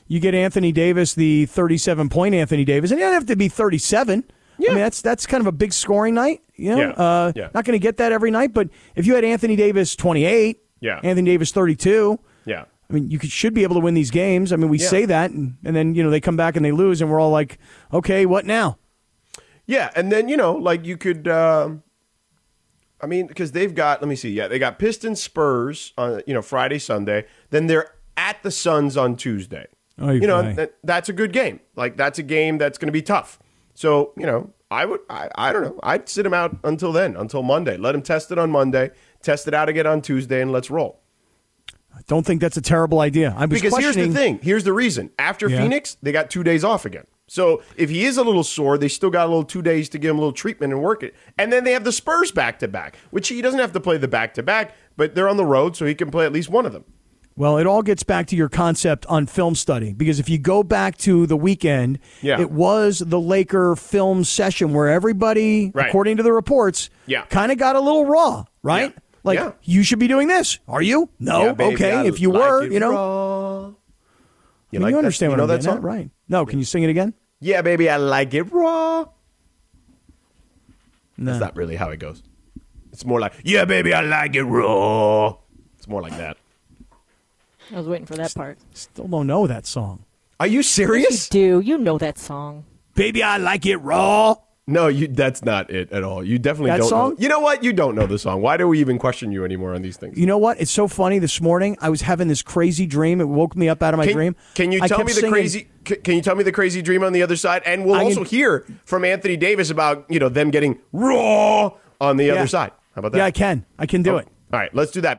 S5: You get Anthony Davis, the 37 point Anthony Davis, and he doesn't have to be 37. I mean, that's that's kind of a big scoring night. You know,
S3: Yeah.
S5: Uh,
S3: Yeah.
S5: not going to get that every night. But if you had Anthony Davis 28,
S3: Yeah.
S5: Anthony Davis 32.
S3: Yeah.
S5: I mean, you could, should be able to win these games. I mean, we
S3: Yeah.
S5: say that, and, and then you know they come back and they lose, and we're all like, okay, what now?
S3: Yeah, and then you know, like you could. um I mean, because they've got. Let me see. Yeah, they got Pistons, Spurs on you know Friday, Sunday. Then they're at the Suns on Tuesday.
S5: Oh,
S3: you know
S5: right.
S3: that, that's a good game. Like that's a game that's going to be tough. So you know, I would. I, I don't know. I'd sit him out until then, until Monday. Let him test it on Monday. Test it out again on Tuesday, and let's roll.
S5: I don't think that's a terrible idea. I was
S3: Because here's the
S5: questioning-
S3: thing. Here's the reason. After
S5: Yeah.
S3: Phoenix, they got two days off again. So if he is a little sore, they still got a little two days to give him a little treatment and work it. And then they have the Spurs back to back, which he doesn't have to play the back to back, but they're on the road, so he can play at least one of them.
S5: Well, it all gets back to your concept on film study because if you go back to the weekend,
S3: Yeah.
S5: it was the Laker film session where everybody,
S3: Right.
S5: according to the reports,
S3: Yeah.
S5: kind of got a little raw, right?
S3: Yeah.
S5: Like
S3: Yeah.
S5: you should be doing this. Are you? No.
S3: Yeah, baby,
S5: okay.
S3: I
S5: if you
S3: like
S5: were,
S3: it
S5: you know,
S3: raw.
S5: I
S3: You,
S5: mean,
S3: like
S5: you
S3: that-
S5: understand
S3: you
S5: what
S3: know
S5: I'm
S3: that
S5: getting at,
S3: song?
S5: right? No. Can you sing it again?
S3: Yeah, baby, I like it raw.
S5: No.
S3: That's not really how it goes. It's more like, yeah, baby, I like it raw. It's more like that.
S8: I was waiting for that part.
S5: Still don't know that song.
S3: Are you serious?
S8: Do you know that song?
S5: Baby, I like it raw.
S3: No, you. That's not it at all. You definitely
S5: That
S3: don't.
S5: song?
S3: Know. You know what? You don't know the song. Why do we even question you anymore on these things?
S5: You know what? It's so funny. This morning, I was having this crazy dream. It woke me up out of my
S3: can,
S5: dream.
S3: Can you
S5: I
S3: tell
S5: kept
S3: me the
S5: singing-
S3: crazy? ca- Can you tell me the crazy dream on the other side? And we'll
S5: I
S3: also
S5: can-
S3: hear from Anthony Davis about you know them getting raw on the
S5: Yeah.
S3: other side. How about that?
S5: Yeah, I can. I can do
S3: Oh,
S5: it.
S3: All right, let's do that.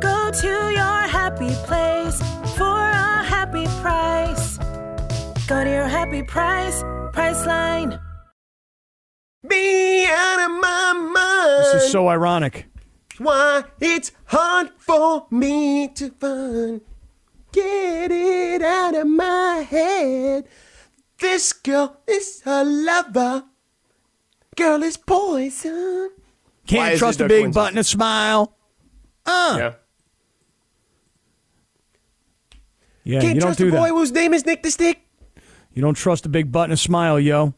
S9: Go to your happy place for a happy price. Go to your happy price, Priceline.
S3: Be out of my mind.
S5: This is so ironic.
S3: why it's hard for me to find. Get it out of my head. This girl is a lover. Girl is poison.
S5: Can't
S3: Why is
S5: trust a
S3: it Duck
S5: big
S3: Wednesday?
S5: butt and a smile. Uh. Yeah,
S3: Can't
S5: you don't
S3: trust
S5: do
S3: a boy
S5: that.
S3: whose name is Nick the Stick.
S5: You don't trust a big butt and a smile, yo.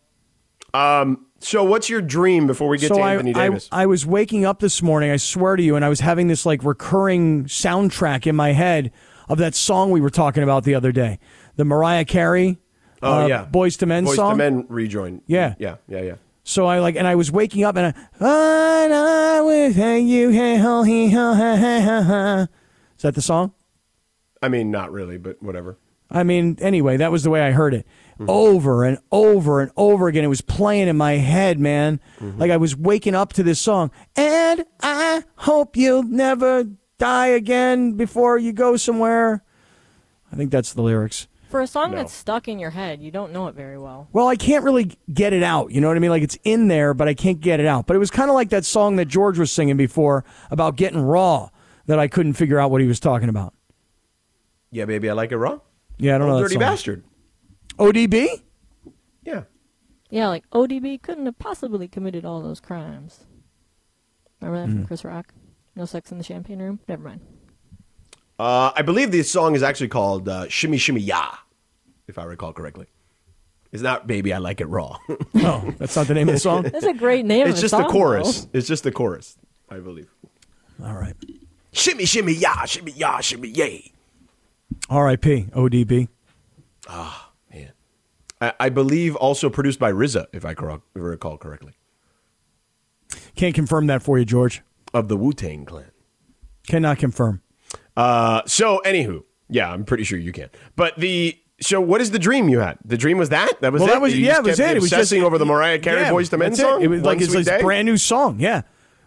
S3: Um. So, what's your dream before we get
S5: so
S3: to
S5: I,
S3: Anthony
S5: I,
S3: Davis?
S5: I was waking up this morning, I swear to you, and I was having this like recurring soundtrack in my head of that song we were talking about the other day. The Mariah Carey
S3: oh
S5: uh,
S3: yeah,
S5: Boys to Men
S3: Boys
S5: song.
S3: to Men rejoin.
S5: Yeah.
S3: yeah, yeah, yeah.
S5: So I like, and I was waking up, and I, and I was hang you, hey, ho, he, ho, ha, ha, ha, ha. Is that the song?
S3: I mean, not really, but whatever.
S5: I mean, anyway, that was the way I heard it over and over and over again. It was playing in my head, man. Like I was waking up to this song. And I hope you'll never die again before you go somewhere. I think that's the lyrics.
S8: For a song that's stuck in your head, you don't know it very well.
S5: Well, I can't really get it out. You know what I mean? Like it's in there, but I can't get it out. But it was kind of like that song that George was singing before about getting raw that I couldn't figure out what he was talking about.
S3: Yeah, baby, I like it raw.
S5: Yeah, I don't know. that
S3: Dirty
S5: song.
S3: bastard.
S5: ODB?
S8: Yeah, like ODB couldn't have possibly committed all those crimes. Remember that from
S5: Mm-hmm.
S3: Mhm.
S8: Chris Rock? No sex in the champagne room? Never mind.
S3: Uh, I believe this song is actually called uh, "Shimmy Shimmy Ya," if I recall correctly. It's not "Baby I Like It Raw."
S5: no, that's not the name of the song.
S8: That's a great name. of
S3: It's
S8: a
S3: just the
S8: song,
S3: chorus.
S8: though.
S3: It's just the chorus, I believe.
S5: All right.
S3: Shimmy Shimmy Ya, Shimmy Ya, Shimmy Yay.
S5: R.I.P. ODB.
S3: Ah man, I, I believe also produced by RZA, if I cor- if I recall correctly,
S5: Can't confirm that for you, George.
S3: of the Wu Tang Clan.
S5: Cannot confirm.
S3: Uh, so anywho, yeah, I'm pretty sure you can. But the so what is the dream you had? The dream was that that was
S5: well,
S3: it?
S5: that was
S3: You
S5: yeah,
S3: just
S5: it was
S3: kept
S5: it. It was just
S3: obsessing over the Mariah Carey
S5: yeah,
S3: Boys to Men
S5: that's it.
S3: song.
S5: It was
S3: One
S5: like it's
S3: Sweet
S5: like a
S3: Day?
S5: brand new song. Yeah,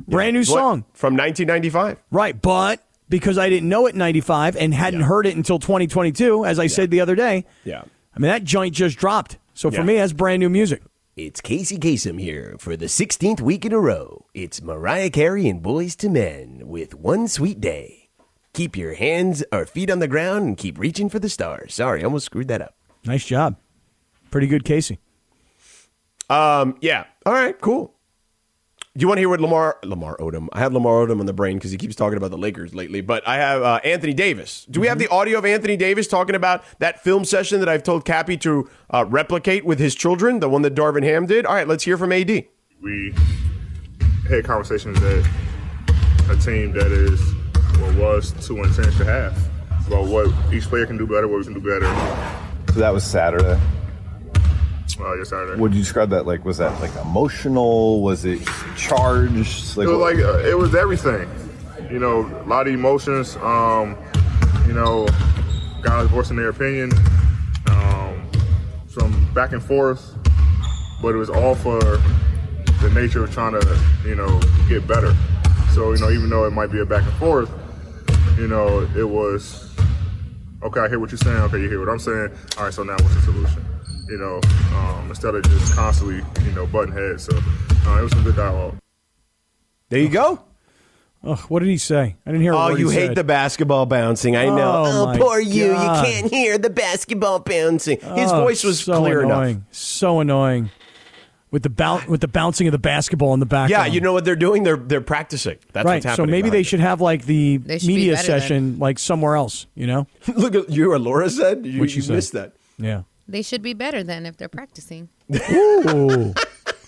S5: brand new
S3: What-
S5: song
S3: from 1995.
S5: Right, but because I didn't know it in '95 and hadn't heard it until 2022, as I said the other day.
S3: Yeah.
S5: I mean that joint just dropped. So for
S3: Yeah.
S5: me, that's brand new music.
S3: It's Casey Kasem here for the 16th week in a row. It's Mariah Carey and Boys to Men with One Sweet Day. Keep your hands or feet on the ground and keep reaching for the stars. Sorry, I almost screwed that up.
S5: Nice job, pretty good, Casey.
S3: Um, yeah. All right, cool. Do you want to hear what Lamar Lamar Odom? I have Lamar Odom on the brain because he keeps talking about the Lakers lately. But I have uh, Anthony Davis. Do we have the audio of Anthony Davis talking about that film session that I've told Cappy to uh, replicate with his children, the one that Darvin Ham did? All right, let's hear from AD.
S10: we had conversations that a team that is or was too intense to have about what each player can do better, what we can do better.
S11: So that was Saturday.
S10: Uh, yes, sir.
S11: Would you describe that like? Was that like emotional? Was it charged?
S10: it was like uh, it was everything. You know, a lot of emotions. Um, you know, guys voicing their opinion. Um, some back and forth, but it was all for the nature of trying to, you know, get better. So you know, even though it might be a back and forth, you know, it was okay. I hear what you're saying. Okay, you hear what I'm saying. All right, so now what's the solution? You know, um, instead of just constantly, you know, butting heads. So uh, it was some good dialogue.
S3: There you go.
S5: Ugh, what did he say? I didn't hear. a
S3: Oh,
S5: word
S3: you
S5: he
S3: hate
S5: said.
S3: the basketball bouncing. I know.
S5: Oh, my God.
S3: hear the basketball bouncing. His
S5: Oh,
S3: voice was
S5: so
S3: clear
S5: annoying.
S3: enough.
S5: So annoying. With the boun- with the bouncing of the basketball in the background.
S3: Yeah, you know what they're doing? They're they're practicing. That's
S5: right.
S3: what's happening.
S5: so maybe they should have like the
S3: They should be
S5: media
S3: better than-
S5: session like somewhere else. You know,
S3: look at you or Laura said you,
S5: What'd she
S3: you
S5: say?
S3: missed that.
S5: Yeah.
S2: They should be better than if they're practicing.
S5: Ooh.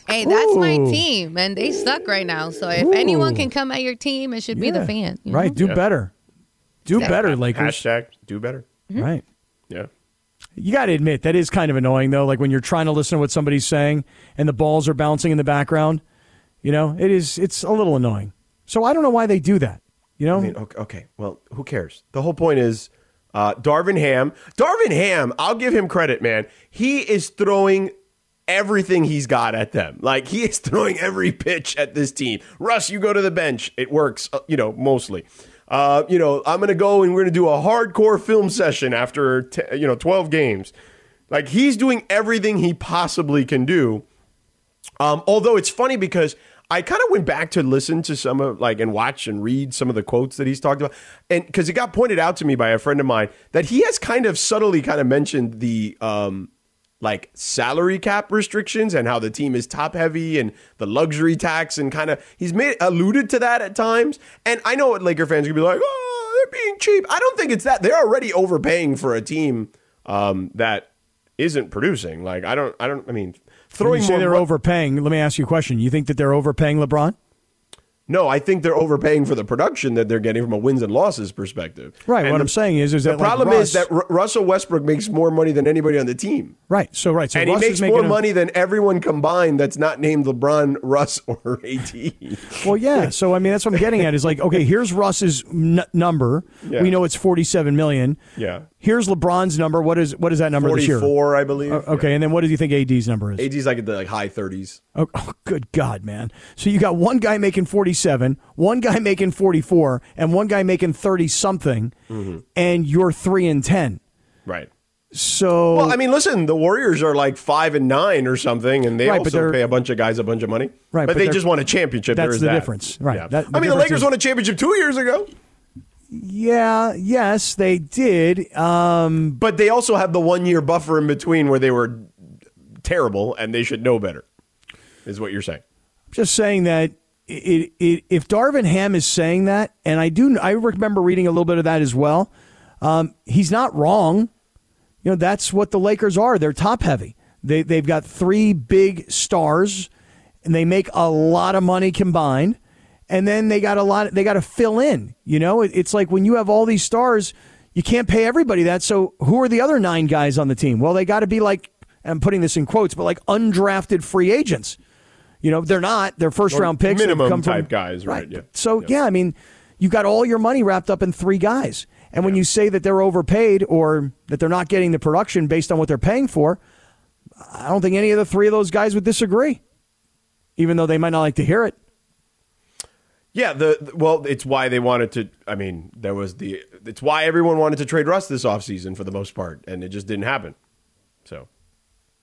S2: Hey, that's my
S5: Ooh.
S2: team, and they suck right now. So if anyone can come at your team, it should be the
S5: Yeah.
S2: fan. you
S5: Right. Do
S2: know?
S5: better. Do
S2: Exactly. Mm-hmm.
S5: better, Lakers.
S3: Hashtag do better.
S5: Right.
S3: Yeah.
S5: You got to admit that is kind of annoying though. Like when you're trying to listen to what somebody's saying and the balls are bouncing in the background. You know, it is. It's a little annoying. So I don't know why they do that. You know.
S3: I mean, okay, okay, well, who cares? The whole point is uh, Darvin Ham. Darvin Ham, I'll give him credit, man. He is throwing everything he's got at them. Like, he is throwing every pitch at this team. Russ, you go to the bench. It works, uh, you know, mostly. Uh, you know, I'm going to go and we're going to do a hardcore film session after, t- you know, 12 games. Like, he's doing everything he possibly can do. Um, although it's funny because I kind of went back to listen to some of like and watch and read some of the quotes that he's talked about, and because it got pointed out to me by a friend of mine that he has kind of subtly kind of mentioned the um, like salary cap restrictions and how the team is top heavy and the luxury tax and kind of he's made alluded to that at times, and I know what Laker fans are gonna be like, oh, they're being cheap. I don't think it's that they're already overpaying for a team um, that isn't producing. Like I don't, I don't, I mean.
S5: When
S3: Throwing
S5: you say
S3: more
S5: they're
S3: mon-
S5: overpaying. Let me ask you a question. You think that they're overpaying LeBron?
S3: No, I think they're overpaying for the production that they're getting from a wins and losses perspective.
S5: Right,
S3: And
S5: what
S3: the-
S5: I'm saying is- is
S3: the
S5: that, like,
S3: problem
S5: Russ-
S3: is that Ru- Russell Westbrook makes more money than anybody on the team,
S5: Right. So right. So
S3: and
S5: Russ
S3: he
S5: is
S3: makes
S5: making
S3: more
S5: a-
S3: money than everyone combined that's not named LeBron, Russ, or AD.
S5: Well, yeah. So I mean, that's what I'm getting at. Is like, okay, here's Russ's n- number.
S3: Yeah.
S5: We know it's 47 million.
S3: Yeah.
S5: Here's LeBron's number. What is what is that number this year?
S3: 44, I believe.
S5: Uh, okay, and then what do you think AD's number is?
S3: AD's like in the like, high thirties.
S5: Oh, oh, good God, man! So you got one guy making 47, one guy making 44, and one guy making 30 something,
S3: Mm-hmm.
S5: and you're three and ten.
S3: Right.
S5: So
S3: Well, I mean, listen, the Warriors are like five and nine or something, and they
S5: Right, but
S3: also
S5: they're-
S3: pay a bunch of guys a bunch of money.
S5: Right,
S3: but,
S5: but
S3: they
S5: they're-
S3: just won a championship.
S5: That's
S3: there is
S5: the
S3: that.
S5: difference, right.
S3: Yeah.
S5: That-
S3: I mean, the
S5: difference
S3: Lakers
S5: is-
S3: won a championship two years ago.
S5: yeah, yes, they did. Um,
S3: but they also have the one year buffer in between where they were terrible and they should know better. Is what you're saying?
S5: just saying that it, it, if Darvin Ham is saying that, and I do, I remember reading a little bit of that as well. Um, he's not wrong. You know, that's what the Lakers are. They're top heavy. They they've got three big stars, and they make a lot of money combined. And then they got a lot. They got to fill in. You know, it, it's like when you have all these stars, you can't pay everybody that. So who are the other nine guys on the team? Well, they got to be like I'm putting this in quotes, but like undrafted free agents. You know, they're not. They're first
S3: Or
S5: round picks. They've
S3: minimum
S5: come from-
S3: type guys, right, yeah.
S5: So yeah. I mean, you got all your money wrapped up in three guys. And when you say that they're overpaid or that they're not getting the production based on what they're paying for, I don't think any of the three of those guys would disagree. Even though they might not like to hear it.
S3: Yeah, the the- well, it's why they wanted to. I mean, there was the. It's why everyone wanted to trade Russ this offseason for the most part, and it just didn't happen. So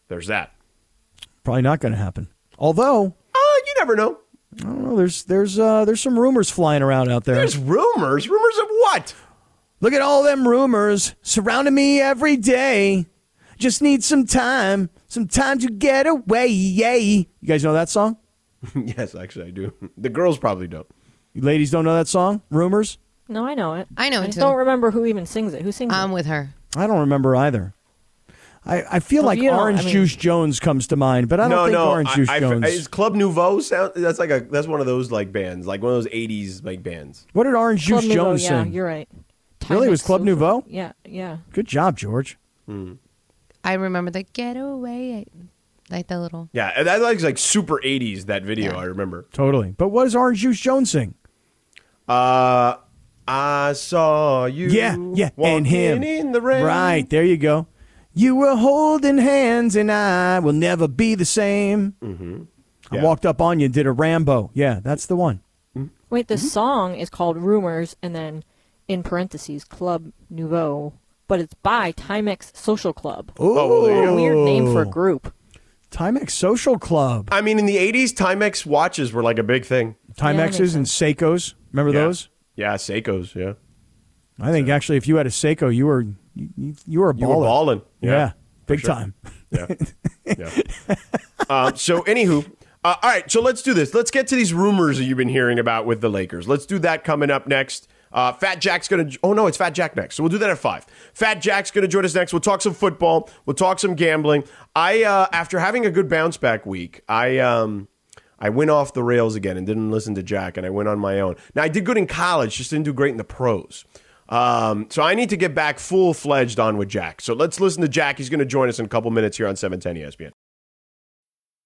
S3: there's that.
S5: Probably not going to happen. Although
S3: Oh, you never know.
S5: I don't know. There's there's uh, there's some rumors flying around out there.
S3: There's rumors. Rumors of what?
S5: Look at all them rumors surrounding me every day. Just need some time, some time to get away. Yay! You guys know that song?
S3: yes, actually, I do. The girls probably don't.
S5: You ladies don't know that song? Rumors?
S8: No, I know it. I
S2: know it
S8: just
S2: too.
S8: don't remember who even sings it. Who sings it? I'm
S2: with her.
S5: I don't remember either. I, I feel
S8: Well,
S5: like
S8: you don't-
S5: Orange
S8: I mean-
S5: Juice Jones comes to mind, but I don't think Orange Juice
S3: I, I-
S5: Jones.
S3: is Club Nouveau sound? That's like a. That's one of those like bands, like one of those '80s like bands.
S5: what did Orange
S8: Club
S5: Juice
S8: Nouveau,
S5: Jones
S8: yeah,
S5: sing?
S8: you're right.
S5: Really, it was Club Nouveau?
S8: Yeah, yeah.
S5: Good job, George.
S3: Hmm.
S2: I remember the get away, like the little.
S3: Yeah, and that like like super '80s. That video I remember.
S5: Totally. But what does Orange Juice Jones sing?
S3: Uh, I saw you.
S5: Yeah, yeah, and
S3: walking
S5: him.
S3: in the rain.
S5: Right, there you go. You were holding hands, and I will never be the same.
S3: Mm-hmm.
S5: I walked up on you and did a Rambo. Yeah, that's the one. Mm-hmm.
S8: Wait, the song is called Rumors and then in parentheses Club Nouveau, but it's by Timex Social Club.
S3: Oh,
S5: Ooh.
S8: weird name for a group.
S5: Timex Social Club.
S3: I mean, in the '80s, Timex watches were like a big thing.
S5: Timexes and Seikos. Remember
S3: Yeah.
S5: those?
S3: Yeah, Seikos. Yeah,
S5: I think actually, if you had a Seiko, you were you, you were a baller.
S3: you were balling.
S5: Yeah,
S3: for
S5: big
S3: sure.
S5: time.
S3: Yeah, yeah. uh, so, anywho. Uh, all right, so let's do this. Let's get to these rumors that you've been hearing about with the Lakers. Let's do that coming up next. Uh, Fat Jack's going to. Oh, no, it's Fat Jack next. So we'll do that at five. Fat Jack's going to join us next. We'll talk some football. We'll talk some gambling. I, uh, after having a good bounce back week, I, um, I went off the rails again and didn't listen to Jack, and I went on my own. Now I did good in college, just didn't do great in the pros. Um, so I need to get back full fledged on with Jack. So let's listen to Jack. He's going to join us in a couple minutes here on E 710 ESPN.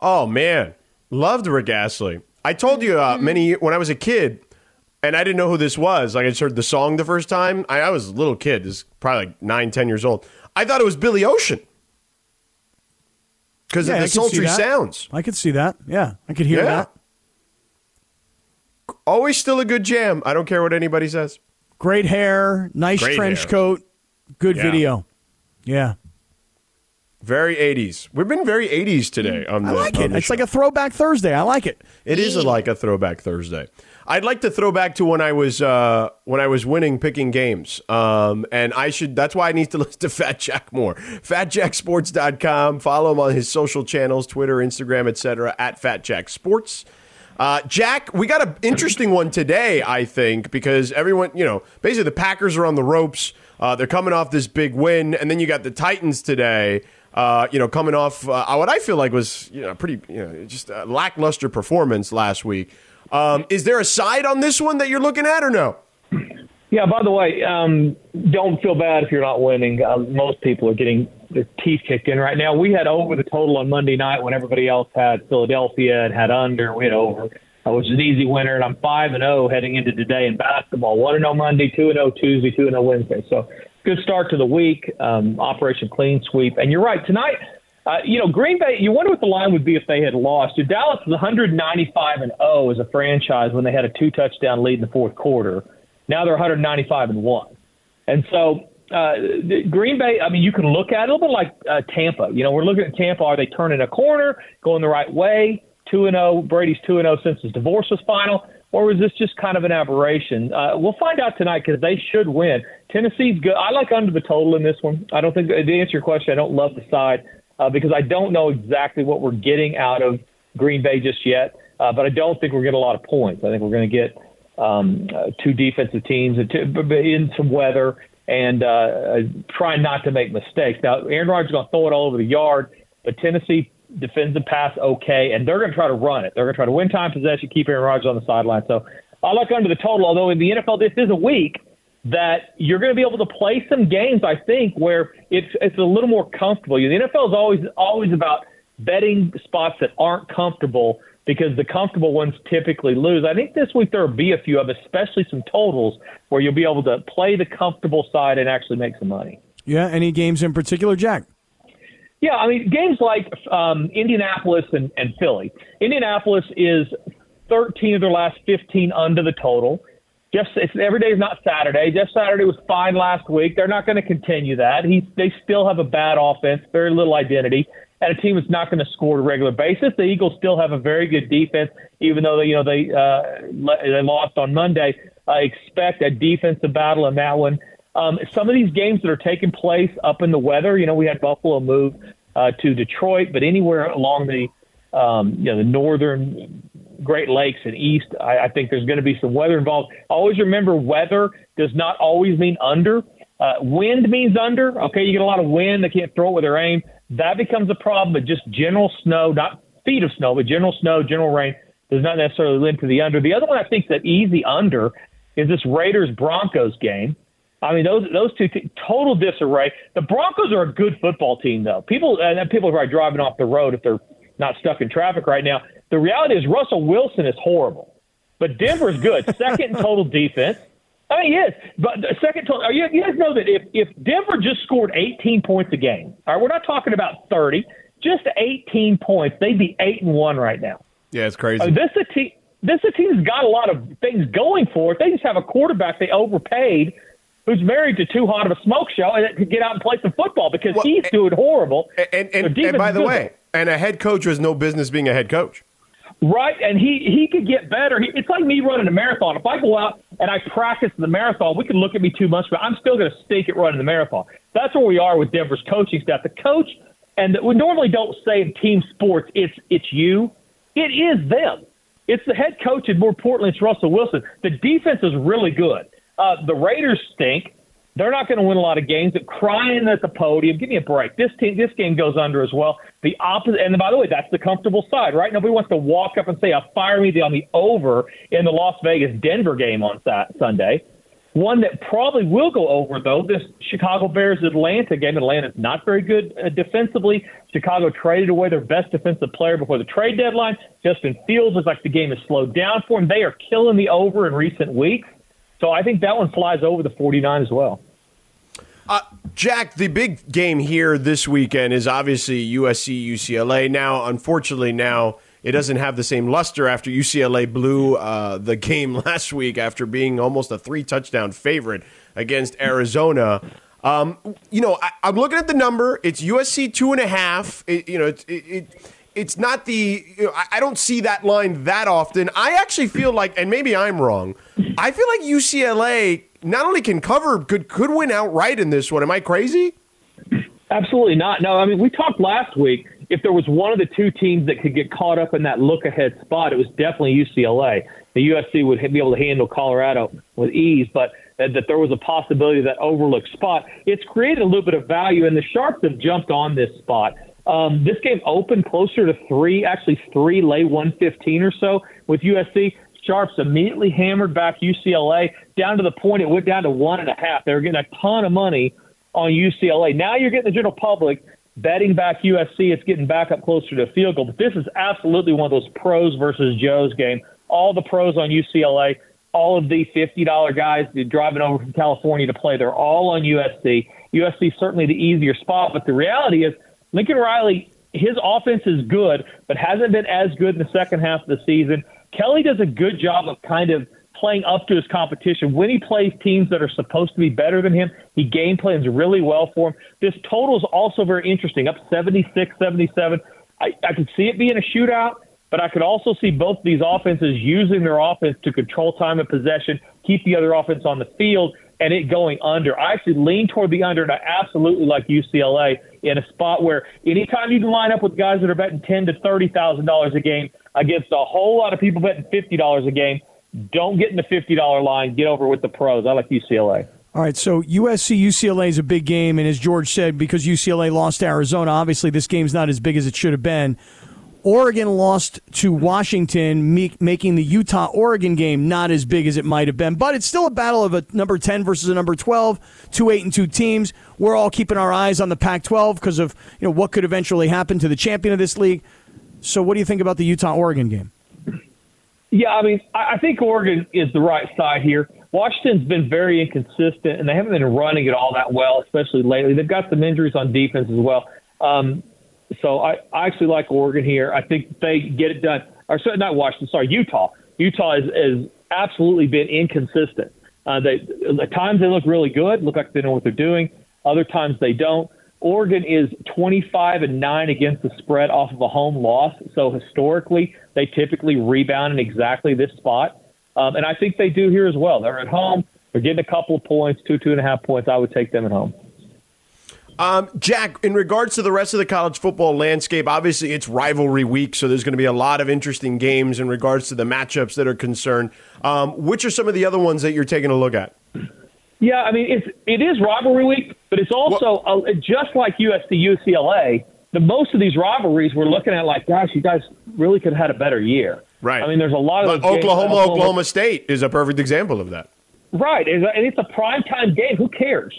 S3: Oh man, loved Rick Astley. I I told you
S5: Mm-hmm.
S3: uh, many when I was a kid, and I didn't know who this was. Like I just heard the song the first time. I, I was a little kid, this is probably like nine, ten years old. I thought it was Billy Ocean because
S5: Yeah, I
S3: of
S5: can
S3: the
S5: see
S3: sultry
S5: that.
S3: sounds.
S5: I could see that. Yeah, I could hear
S3: Yeah.
S5: that.
S3: Always still a good jam. I don't care what anybody says.
S5: Great hair, nice
S3: Great
S5: trench
S3: hair.
S5: coat, good
S3: Yeah.
S5: video. Yeah,
S3: Very 80s. We've been very 80s today on the.
S5: Mm, I like
S3: on
S5: it.
S3: the
S5: It's like a throwback Thursday. I like it.
S3: It is like a throwback Thursday. I'd like to throw back to when I was uh, when I was winning picking games, um, and I should. That's why I need to listen to Fat Jack more. FatJackSports.com. Follow him on his social channels: Twitter, Instagram, etc. At Fat Jack Sports. Uh, Jack, we got an interesting one today, I think, because everyone, you know, basically the Packers are on the ropes. Uh, they're coming off this big win, and then you got the Titans today. Uh, you know, coming off uh, what I feel like was you know pretty you know just a lackluster performance last week. Um, is there a side on this one that you're looking at or no?
S12: Yeah. By the way, um, don't feel bad if you're not winning. Um, most people are getting their teeth kicked in right now. We had over the total on Monday night when everybody else had Philadelphia and had under. We had over, uh, which is an easy winner. And I'm five and zero heading into today in basketball. One and zero Monday, two and zero Tuesday, two and zero Wednesday. So good start to the week. Um, Operation Clean Sweep. And you're right tonight. Uh, you know, Green Bay. You wonder what the line would be if they had lost. Dude, Dallas was 195 and 0 as a franchise when they had a two touchdown lead in the fourth quarter. Now they're 195 and one. And so uh, the- Green Bay, I mean, you can look at it a little bit like uh, Tampa. You know, we're looking at Tampa. Are they turning a corner, going the right way? 2 and 0, Brady's 2 and 0 since his divorce was final. Or was this just kind of an aberration? Uh, we'll find out tonight because they should win. Tennessee's good. I like under the total in this one. I don't think, uh, to answer your question, I don't love the side uh, because I don't know exactly what we're getting out of Green Bay just yet. Uh, but I don't think we're getting a lot of points. I think we're going to get um, uh, two defensive teams and two, b- b- in some weather and uh, uh, trying not to make mistakes. Now, Aaron Rodgers is going to throw it all over the yard, but Tennessee defends the pass okay, and they're going to try to run it. They're going to try to win time possession, keep Aaron Rodgers on the sideline. So I like under the total, although in the NFL, this is a week that you're going to be able to play some games, I think, where it's, it's a little more comfortable. The NFL is always, always about betting spots that aren't comfortable because the comfortable ones typically lose. I think this week there will be a few of, especially some totals, where you'll be able to play the comfortable side and actually make some money.
S5: Yeah. Any games in particular, Jack?
S12: Yeah, I mean, games like um, Indianapolis and, and Philly. Indianapolis is 13 of their last 15 under the total. Jeff, it's, every day is not Saturday. Jeff Saturday was fine last week. They're not going to continue that. He, they still have a bad offense, very little identity, and a team that's not going to score on a regular basis. The Eagles still have a very good defense, even though they, you know they uh, le- they lost on Monday. I expect a defensive battle in that one. Um, some of these games that are taking place up in the weather, you know, we had Buffalo move uh, to Detroit, but anywhere along the um, you know the northern Great Lakes and East, I, I think there's going to be some weather involved. Always remember, weather does not always mean under. Uh, wind means under. Okay, you get a lot of wind. They can't throw it with their aim. That becomes a problem. But just general snow, not feet of snow, but general snow, general rain does not necessarily lend to the under. The other one I think that easy under is this Raiders Broncos game. I mean, those those two te- total disarray. The Broncos are a good football team, though. People uh, and then people are probably driving off the road if they're not stuck in traffic right now. The reality is Russell Wilson is horrible, but Denver's good. Second in total defense. I mean, yes, but the second total. are You, you guys know that if if Denver just scored 18 points a game, all right, we're not talking about 30, just 18 points, they'd be eight and one right now.
S3: Yeah, it's crazy.
S12: I mean, Uh, this a team. This a team's got a lot of things going for it. They just have a quarterback they overpaid, who's married to too hot of a smoke show, and that could get out and play some football because he's doing horrible.
S3: And and, and by the way, and a head coach has no business being a head coach.
S12: Right, and he he could get better. He, it's like me running a marathon. If I go out and I practice the marathon, we can look at me two months, but I'm still going to stink at running the marathon. That's where we are with Denver's coaching staff. The coach, and the, we normally don't say in team sports, it's it's you, it is them. It's the head coach, and more importantly, it's Russell Wilson. The defense is really good. Uh, the Raiders stink. They're not going to win a lot of games. They're crying at the podium. Give me a break. This team, this game goes under as well. The opposite, and by the way, that's the comfortable side, right? Nobody wants to walk up and say, "I fire me on the over" in the Las Vegas Denver game on Sat- Sunday. One that probably will go over, though, this Chicago Bears Atlanta game. Atlanta's not very good uh, defensively. Chicago traded away their best defensive player before the trade deadline. Justin Fields is like the game has slowed down for him. They are killing the over in recent weeks. So I think that one flies over the 49 as well.
S3: Uh, Jack, the big game here this weekend is obviously USC UCLA. Now, unfortunately, now it doesn't have the same luster after UCLA blew uh, the game last week after being almost a three touchdown favorite against Arizona. Um, you know, I, I'm looking at the number. It's USC two and a half. It, you know, it, it, it it's not the you know, I, I don't see that line that often. I actually feel like, and maybe I'm wrong. I feel like UCLA not only can cover, could could win outright in this one. Am I crazy?
S12: Absolutely not. No, I mean, we talked last week. If there was one of the two teams that could get caught up in that look ahead spot, it was definitely UCLA. The USC would be able to handle Colorado with ease, but that, that there was a possibility of that overlooked spot. It's created a little bit of value, and the Sharps have jumped on this spot. Um, this game opened closer to three, actually three, lay 115 or so with USC. Sharps immediately hammered back UCLA down to the point it went down to one and a half. They were getting a ton of money on UCLA. Now you're getting the general public betting back USC. It's getting back up closer to a field goal. But this is absolutely one of those pros versus Joes game. All the pros on UCLA, all of the $50 guys driving over from California to play, they're all on USC. USC certainly the easier spot, but the reality is Lincoln Riley, his offense is good, but hasn't been as good in the second half of the season. Kelly does a good job of kind of playing up to his competition. When he plays teams that are supposed to be better than him, he game plans really well for him. This total is also very interesting, up 76, 77. I, I could see it being a shootout, but I could also see both these offenses using their offense to control time of possession, keep the other offense on the field, and it going under. I actually lean toward the under, and I absolutely like UCLA in a spot where anytime you can line up with guys that are betting ten to thirty thousand dollars a game against a whole lot of people betting fifty dollars a game, don't get in the fifty dollar line. Get over with the pros. I like UCLA.
S5: All right, so USC UCLA is a big game, and as George said, because UCLA lost to Arizona, obviously this game's not as big as it should have been. Oregon lost to Washington, me- making the Utah Oregon game not as big as it might have been. But it's still a battle of a number 10 versus a number 12, two 8 and 2 teams. We're all keeping our eyes on the Pac 12 because of you know what could eventually happen to the champion of this league. So, what do you think about the Utah Oregon game?
S12: Yeah, I mean, I I think Oregon is the right side here. Washington's been very inconsistent, and they haven't been running it all that well, especially lately. They've got some injuries on defense as well. Um, so I, I actually like Oregon here. I think they get it done. Or sorry, not Washington, sorry, Utah. Utah has, has absolutely been inconsistent. Uh, they, at times they look really good, look like they know what they're doing. Other times they don't. Oregon is 25 and 9 against the spread off of a home loss. So historically, they typically rebound in exactly this spot. Um, and I think they do here as well. They're at home. They're getting a couple of points, two, two and a half points. I would take them at home.
S3: Um, Jack, in regards to the rest of the college football landscape, obviously it's rivalry week, so there's going to be a lot of interesting games in regards to the matchups that are concerned. Um, which are some of the other ones that you're taking a look at?
S12: Yeah, I mean it's it is rivalry week, but it's also uh, just like USC UCLA. The most of these rivalries we're looking at, like, gosh, you guys really could have had a better year.
S3: Right.
S12: I mean, there's a lot of
S3: But
S12: those games-
S3: Oklahoma, Oklahoma State is a perfect example of that.
S12: Right, and and it's a prime time game. Who cares?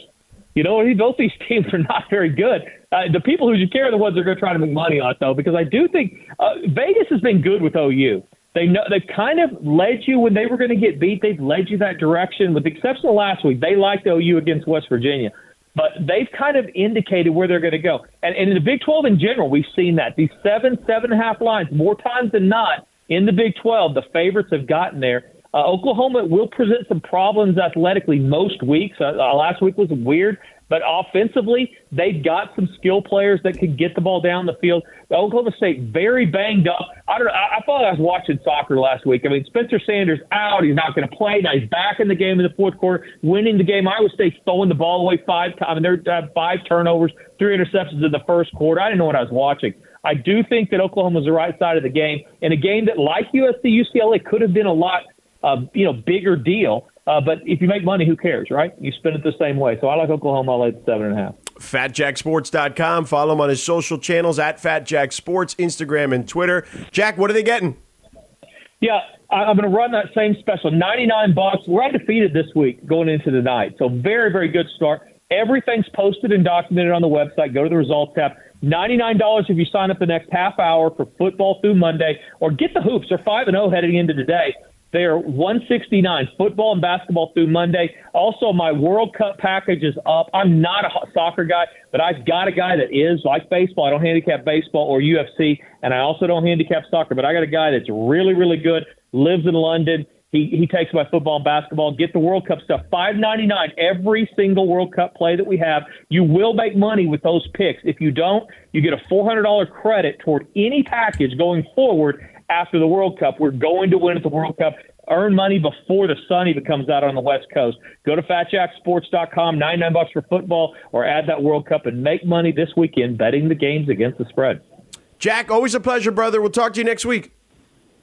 S12: You know, both these teams are not very good. Uh, the people who should care are the ones that are going to try to make money on it, though, because I do think uh, Vegas has been good with OU. They know they've kind of led you when they were going to get beat. They've led you that direction, with the exception of last week. They liked OU against West Virginia, but they've kind of indicated where they're going to go. And, and in the Big 12 in general, we've seen that these seven, seven and a half lines more times than not in the Big 12, the favorites have gotten there. Uh, Oklahoma will present some problems athletically most weeks. Uh, uh, last week was weird, but offensively, they've got some skill players that can get the ball down the field. Oklahoma State very banged up. I don't know. I, I thought I was watching soccer last week. I mean, Spencer Sanders out. He's not going to play. Now he's back in the game in the fourth quarter, winning the game. Iowa State's throwing the ball away five times. I mean, they're uh, five turnovers, three interceptions in the first quarter. I didn't know what I was watching. I do think that Oklahoma's the right side of the game in a game that, like USC, UCLA, could have been a lot, uh, you know, bigger deal. Uh, but if you make money, who cares, right? You spend it the same way. So I like Oklahoma. I like seven and a half.
S3: FatJackSports.com. Follow him on his social channels at FatJackSports, Instagram and Twitter. Jack, what are they getting?
S12: Yeah, uh, I, I'm going to run that same special. 99 bucks. We're undefeated this week going into the night. So very, very good start. Everything's posted and documented on the website. Go to the results tab. $99 if you sign up the next half hour for football through Monday or get the hoops. They're 5 and 0 heading into today. They are 169 football and basketball through Monday. Also, my World Cup package is up. I'm not a ho- soccer guy, but I've got a guy that is like baseball. I don't handicap baseball or UFC, and I also don't handicap soccer. But I got a guy that's really, really good. Lives in London. He he takes my football and basketball. Get the World Cup stuff. Five ninety nine every single World Cup play that we have. You will make money with those picks. If you don't, you get a four hundred dollar credit toward any package going forward after the World Cup. We're going to win at the World Cup. Earn money before the sun even comes out on the West Coast. Go to fatjacksports.com, 99 bucks for football, or add that World Cup and make money this weekend betting the games against the spread.
S3: Jack, always a pleasure, brother. We'll talk to you next week.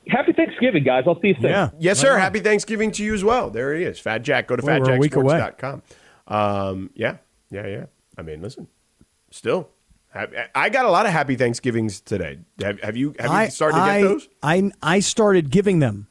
S12: Happy Thanksgiving, guys. I'll see you soon.
S3: Yes, sir. Happy Thanksgiving to you as well. There he is, Fat Jack. Go to
S12: Well, we're a week away.
S3: fatjacksports.com. Um, yeah, yeah, yeah. I mean, listen, still, I, I got a lot of happy Thanksgivings today. Have, have you have you started to get
S5: I,
S3: those?
S5: I, I started giving them.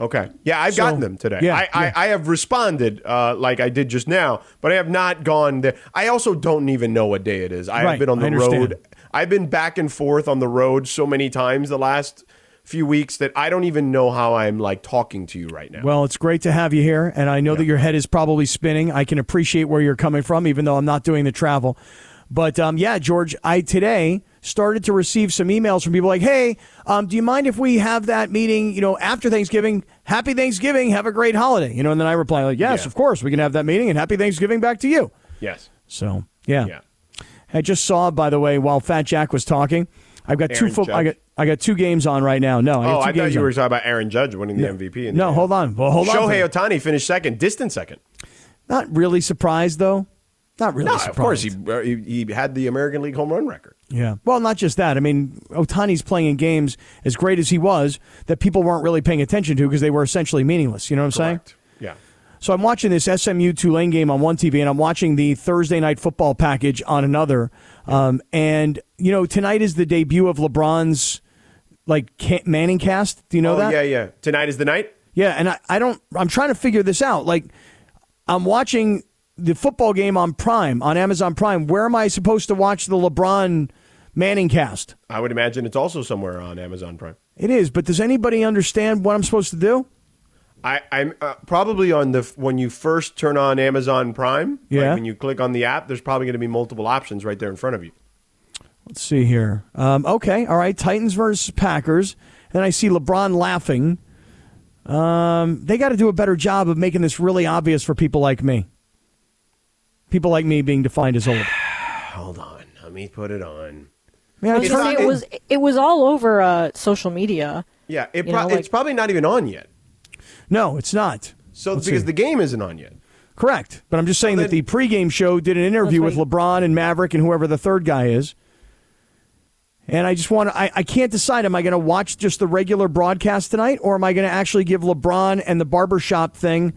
S3: Okay. Yeah, I've
S5: So-
S3: gotten them today.
S5: yeah,
S3: I, I, I have responded uh, like I did just now, but I have not gone there. I also don't even know what day it is. I
S5: Right,
S3: have been on
S5: I
S3: the
S5: understand.
S3: road. I've been back and forth on the road so many times the last few weeks that I don't even know how I'm like talking to you right now.
S5: Well, it's great to have you here, and I know that your head is probably spinning. I can appreciate where you're coming from, even though I'm not doing the travel. But um, yeah, George, I today started to receive some emails from people like, "Hey, um, do you mind if we have that meeting? You know, after Thanksgiving. Happy Thanksgiving. Have a great holiday. You know." And then I reply like, "Yes, of course, we can have that meeting, and happy Thanksgiving back to you."
S3: Yes. Oh,
S5: So uh, yeah. I just saw, by the way, while Fat Jack was talking, I've got two
S3: Aaron
S5: foot. I
S3: Judge.
S5: got I got two games on right now. No, I got
S3: oh,
S5: two
S3: I thought
S5: games
S3: you
S5: on.
S3: were talking about Aaron Judge winning the
S5: No.
S3: MVP. In
S5: No,
S3: the uh,
S5: hold on. Well, hold on. for a
S3: Shohei Otani finished second, distant second.
S5: Not really surprised though. Not really
S3: no,
S5: surprised.
S3: of course he, uh, he he had the American League home run record.
S5: Yeah. Well, not just that. I mean, Otani's playing in games as great as he was that people weren't really paying attention to because they were essentially meaningless. You know what I'm saying?
S3: Yeah.
S5: So I'm watching this SMU Tulane game on one TV, and I'm watching the Thursday night football package on another. Um, and you know, tonight is the debut of LeBron's like ca- Manning cast. Do you know
S3: oh
S5: that?
S3: yeah, yeah. Tonight is the night.
S5: Yeah, and I, I don't I'm trying to figure this out. Like I'm watching the football game on Prime, on Amazon Prime. Where am I supposed to watch the LeBron Manning cast?
S3: I would imagine it's also somewhere on Amazon Prime.
S5: It is, but does anybody understand what I'm supposed to do?
S3: I, I'm uh, probably on the f- when you first turn on Amazon Prime. like
S5: Yeah.
S3: when you click on the app, there's probably going to be multiple options right there in front of you.
S5: Let's see here. Um, okay, all right, Titans versus Packers. And then I see LeBron laughing. Um, they got to do a better job of making this really obvious for people like me. People like me being defined as old.
S3: Hold on, let me put it on.
S5: Yeah,
S8: I was
S5: it's
S8: gonna say,
S5: not-
S8: it was it was all over uh, social media.
S3: Yeah, it
S8: You
S3: pro-
S8: know, like-
S3: it's probably not even on yet.
S5: No, it's not.
S3: So
S5: Let's
S3: because
S5: see.
S3: the game isn't on yet.
S5: Correct. But I'm just saying that the pregame show did an interview with LeBron and Maverick and whoever the third guy is. And I just want to, I, I can't decide, am I going to watch just the regular broadcast tonight or am I going to actually give LeBron and the barbershop thing,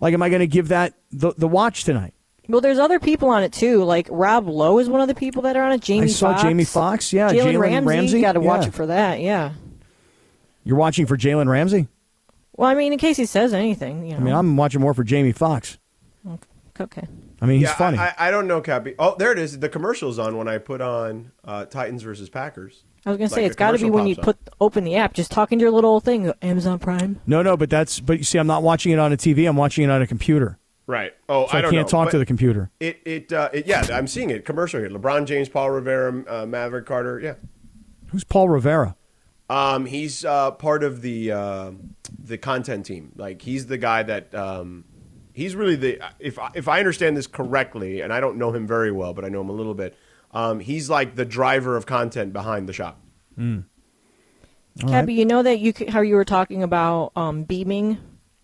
S5: like, am I going to give that the, the watch tonight?
S8: Well, there's other people on it too. Like Rob Lowe is one of the people that are on it. Jamie
S5: I saw
S8: Foxx.
S5: Jamie Foxx, yeah,
S8: Jalen
S5: Jalen
S8: Ramsey.
S5: Ramsey,
S8: You got to watch
S5: yeah.
S8: it for that. Yeah.
S5: You're watching for Jalen Ramsey?
S8: Well, I mean, in case he says anything, you know.
S5: I mean, I'm watching more for Jamie Foxx.
S8: okay.
S5: I mean, he's
S3: yeah,
S5: funny.
S3: I, I, I don't know, Cappy. Oh, there it is. The commercial's on when I put on uh, Titans versus Packers.
S8: I was gonna say
S3: Like,
S8: it's
S3: the
S8: got to be
S3: commercial
S8: when you
S3: pops
S8: put open the app. Just talk into your little old thing, Amazon Prime.
S5: no, no, but that's, but you see, I'm not watching it on a TV, I'm watching it on a computer.
S3: Right. Oh,
S5: So
S3: I
S5: I
S3: don't
S5: can't
S3: know,
S5: talk to
S3: but
S5: the computer.
S3: It it, uh, it yeah. I'm seeing it commercial here. LeBron James, Paul Revere, uh, Maverick Carter. Yeah.
S5: Who's Paul Rivera?
S3: Um, he's uh, part of the uh, the content team. Like he's the guy that um, he's really the if I- if I understand this correctly, and I don't know him very well, but I know him a little bit. Um, he's like the driver of content behind the shop.
S8: Cappy, you know that you c how you were talking about um, beaming,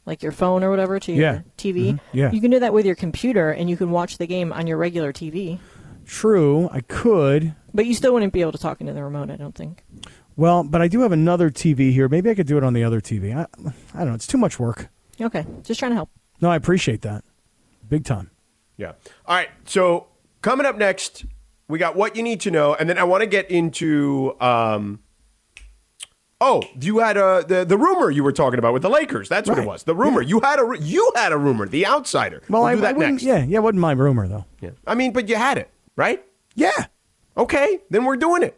S8: like your phone or whatever to your
S5: Yeah.
S8: TV.
S5: Mhm. Yeah.
S8: You can do that with your computer, and you can watch the game on your regular TV.
S5: True, I could.
S8: But you still wouldn't be able to talk into the remote, I don't think.
S5: Well, but I do have another TV here. Maybe I could do it on the other TV. I, I don't know. It's too much work.
S8: Okay, just trying to help.
S5: No, I appreciate that. Big time.
S3: Yeah. All right. So coming up next, we got what you need to know, and then I want to get into um, Oh, you had uh, the the rumor you were talking about with the Lakers. That's what it was. The rumor you had a ru- you had a rumor. The outsider.
S5: Well,
S3: We'll
S5: I,
S3: do
S5: I
S3: that
S5: wouldn't-
S3: next.
S5: Yeah, yeah, it wasn't my rumor though.
S3: Yeah. I mean, but you had it, right?
S5: Yeah.
S3: Okay, then we're doing it.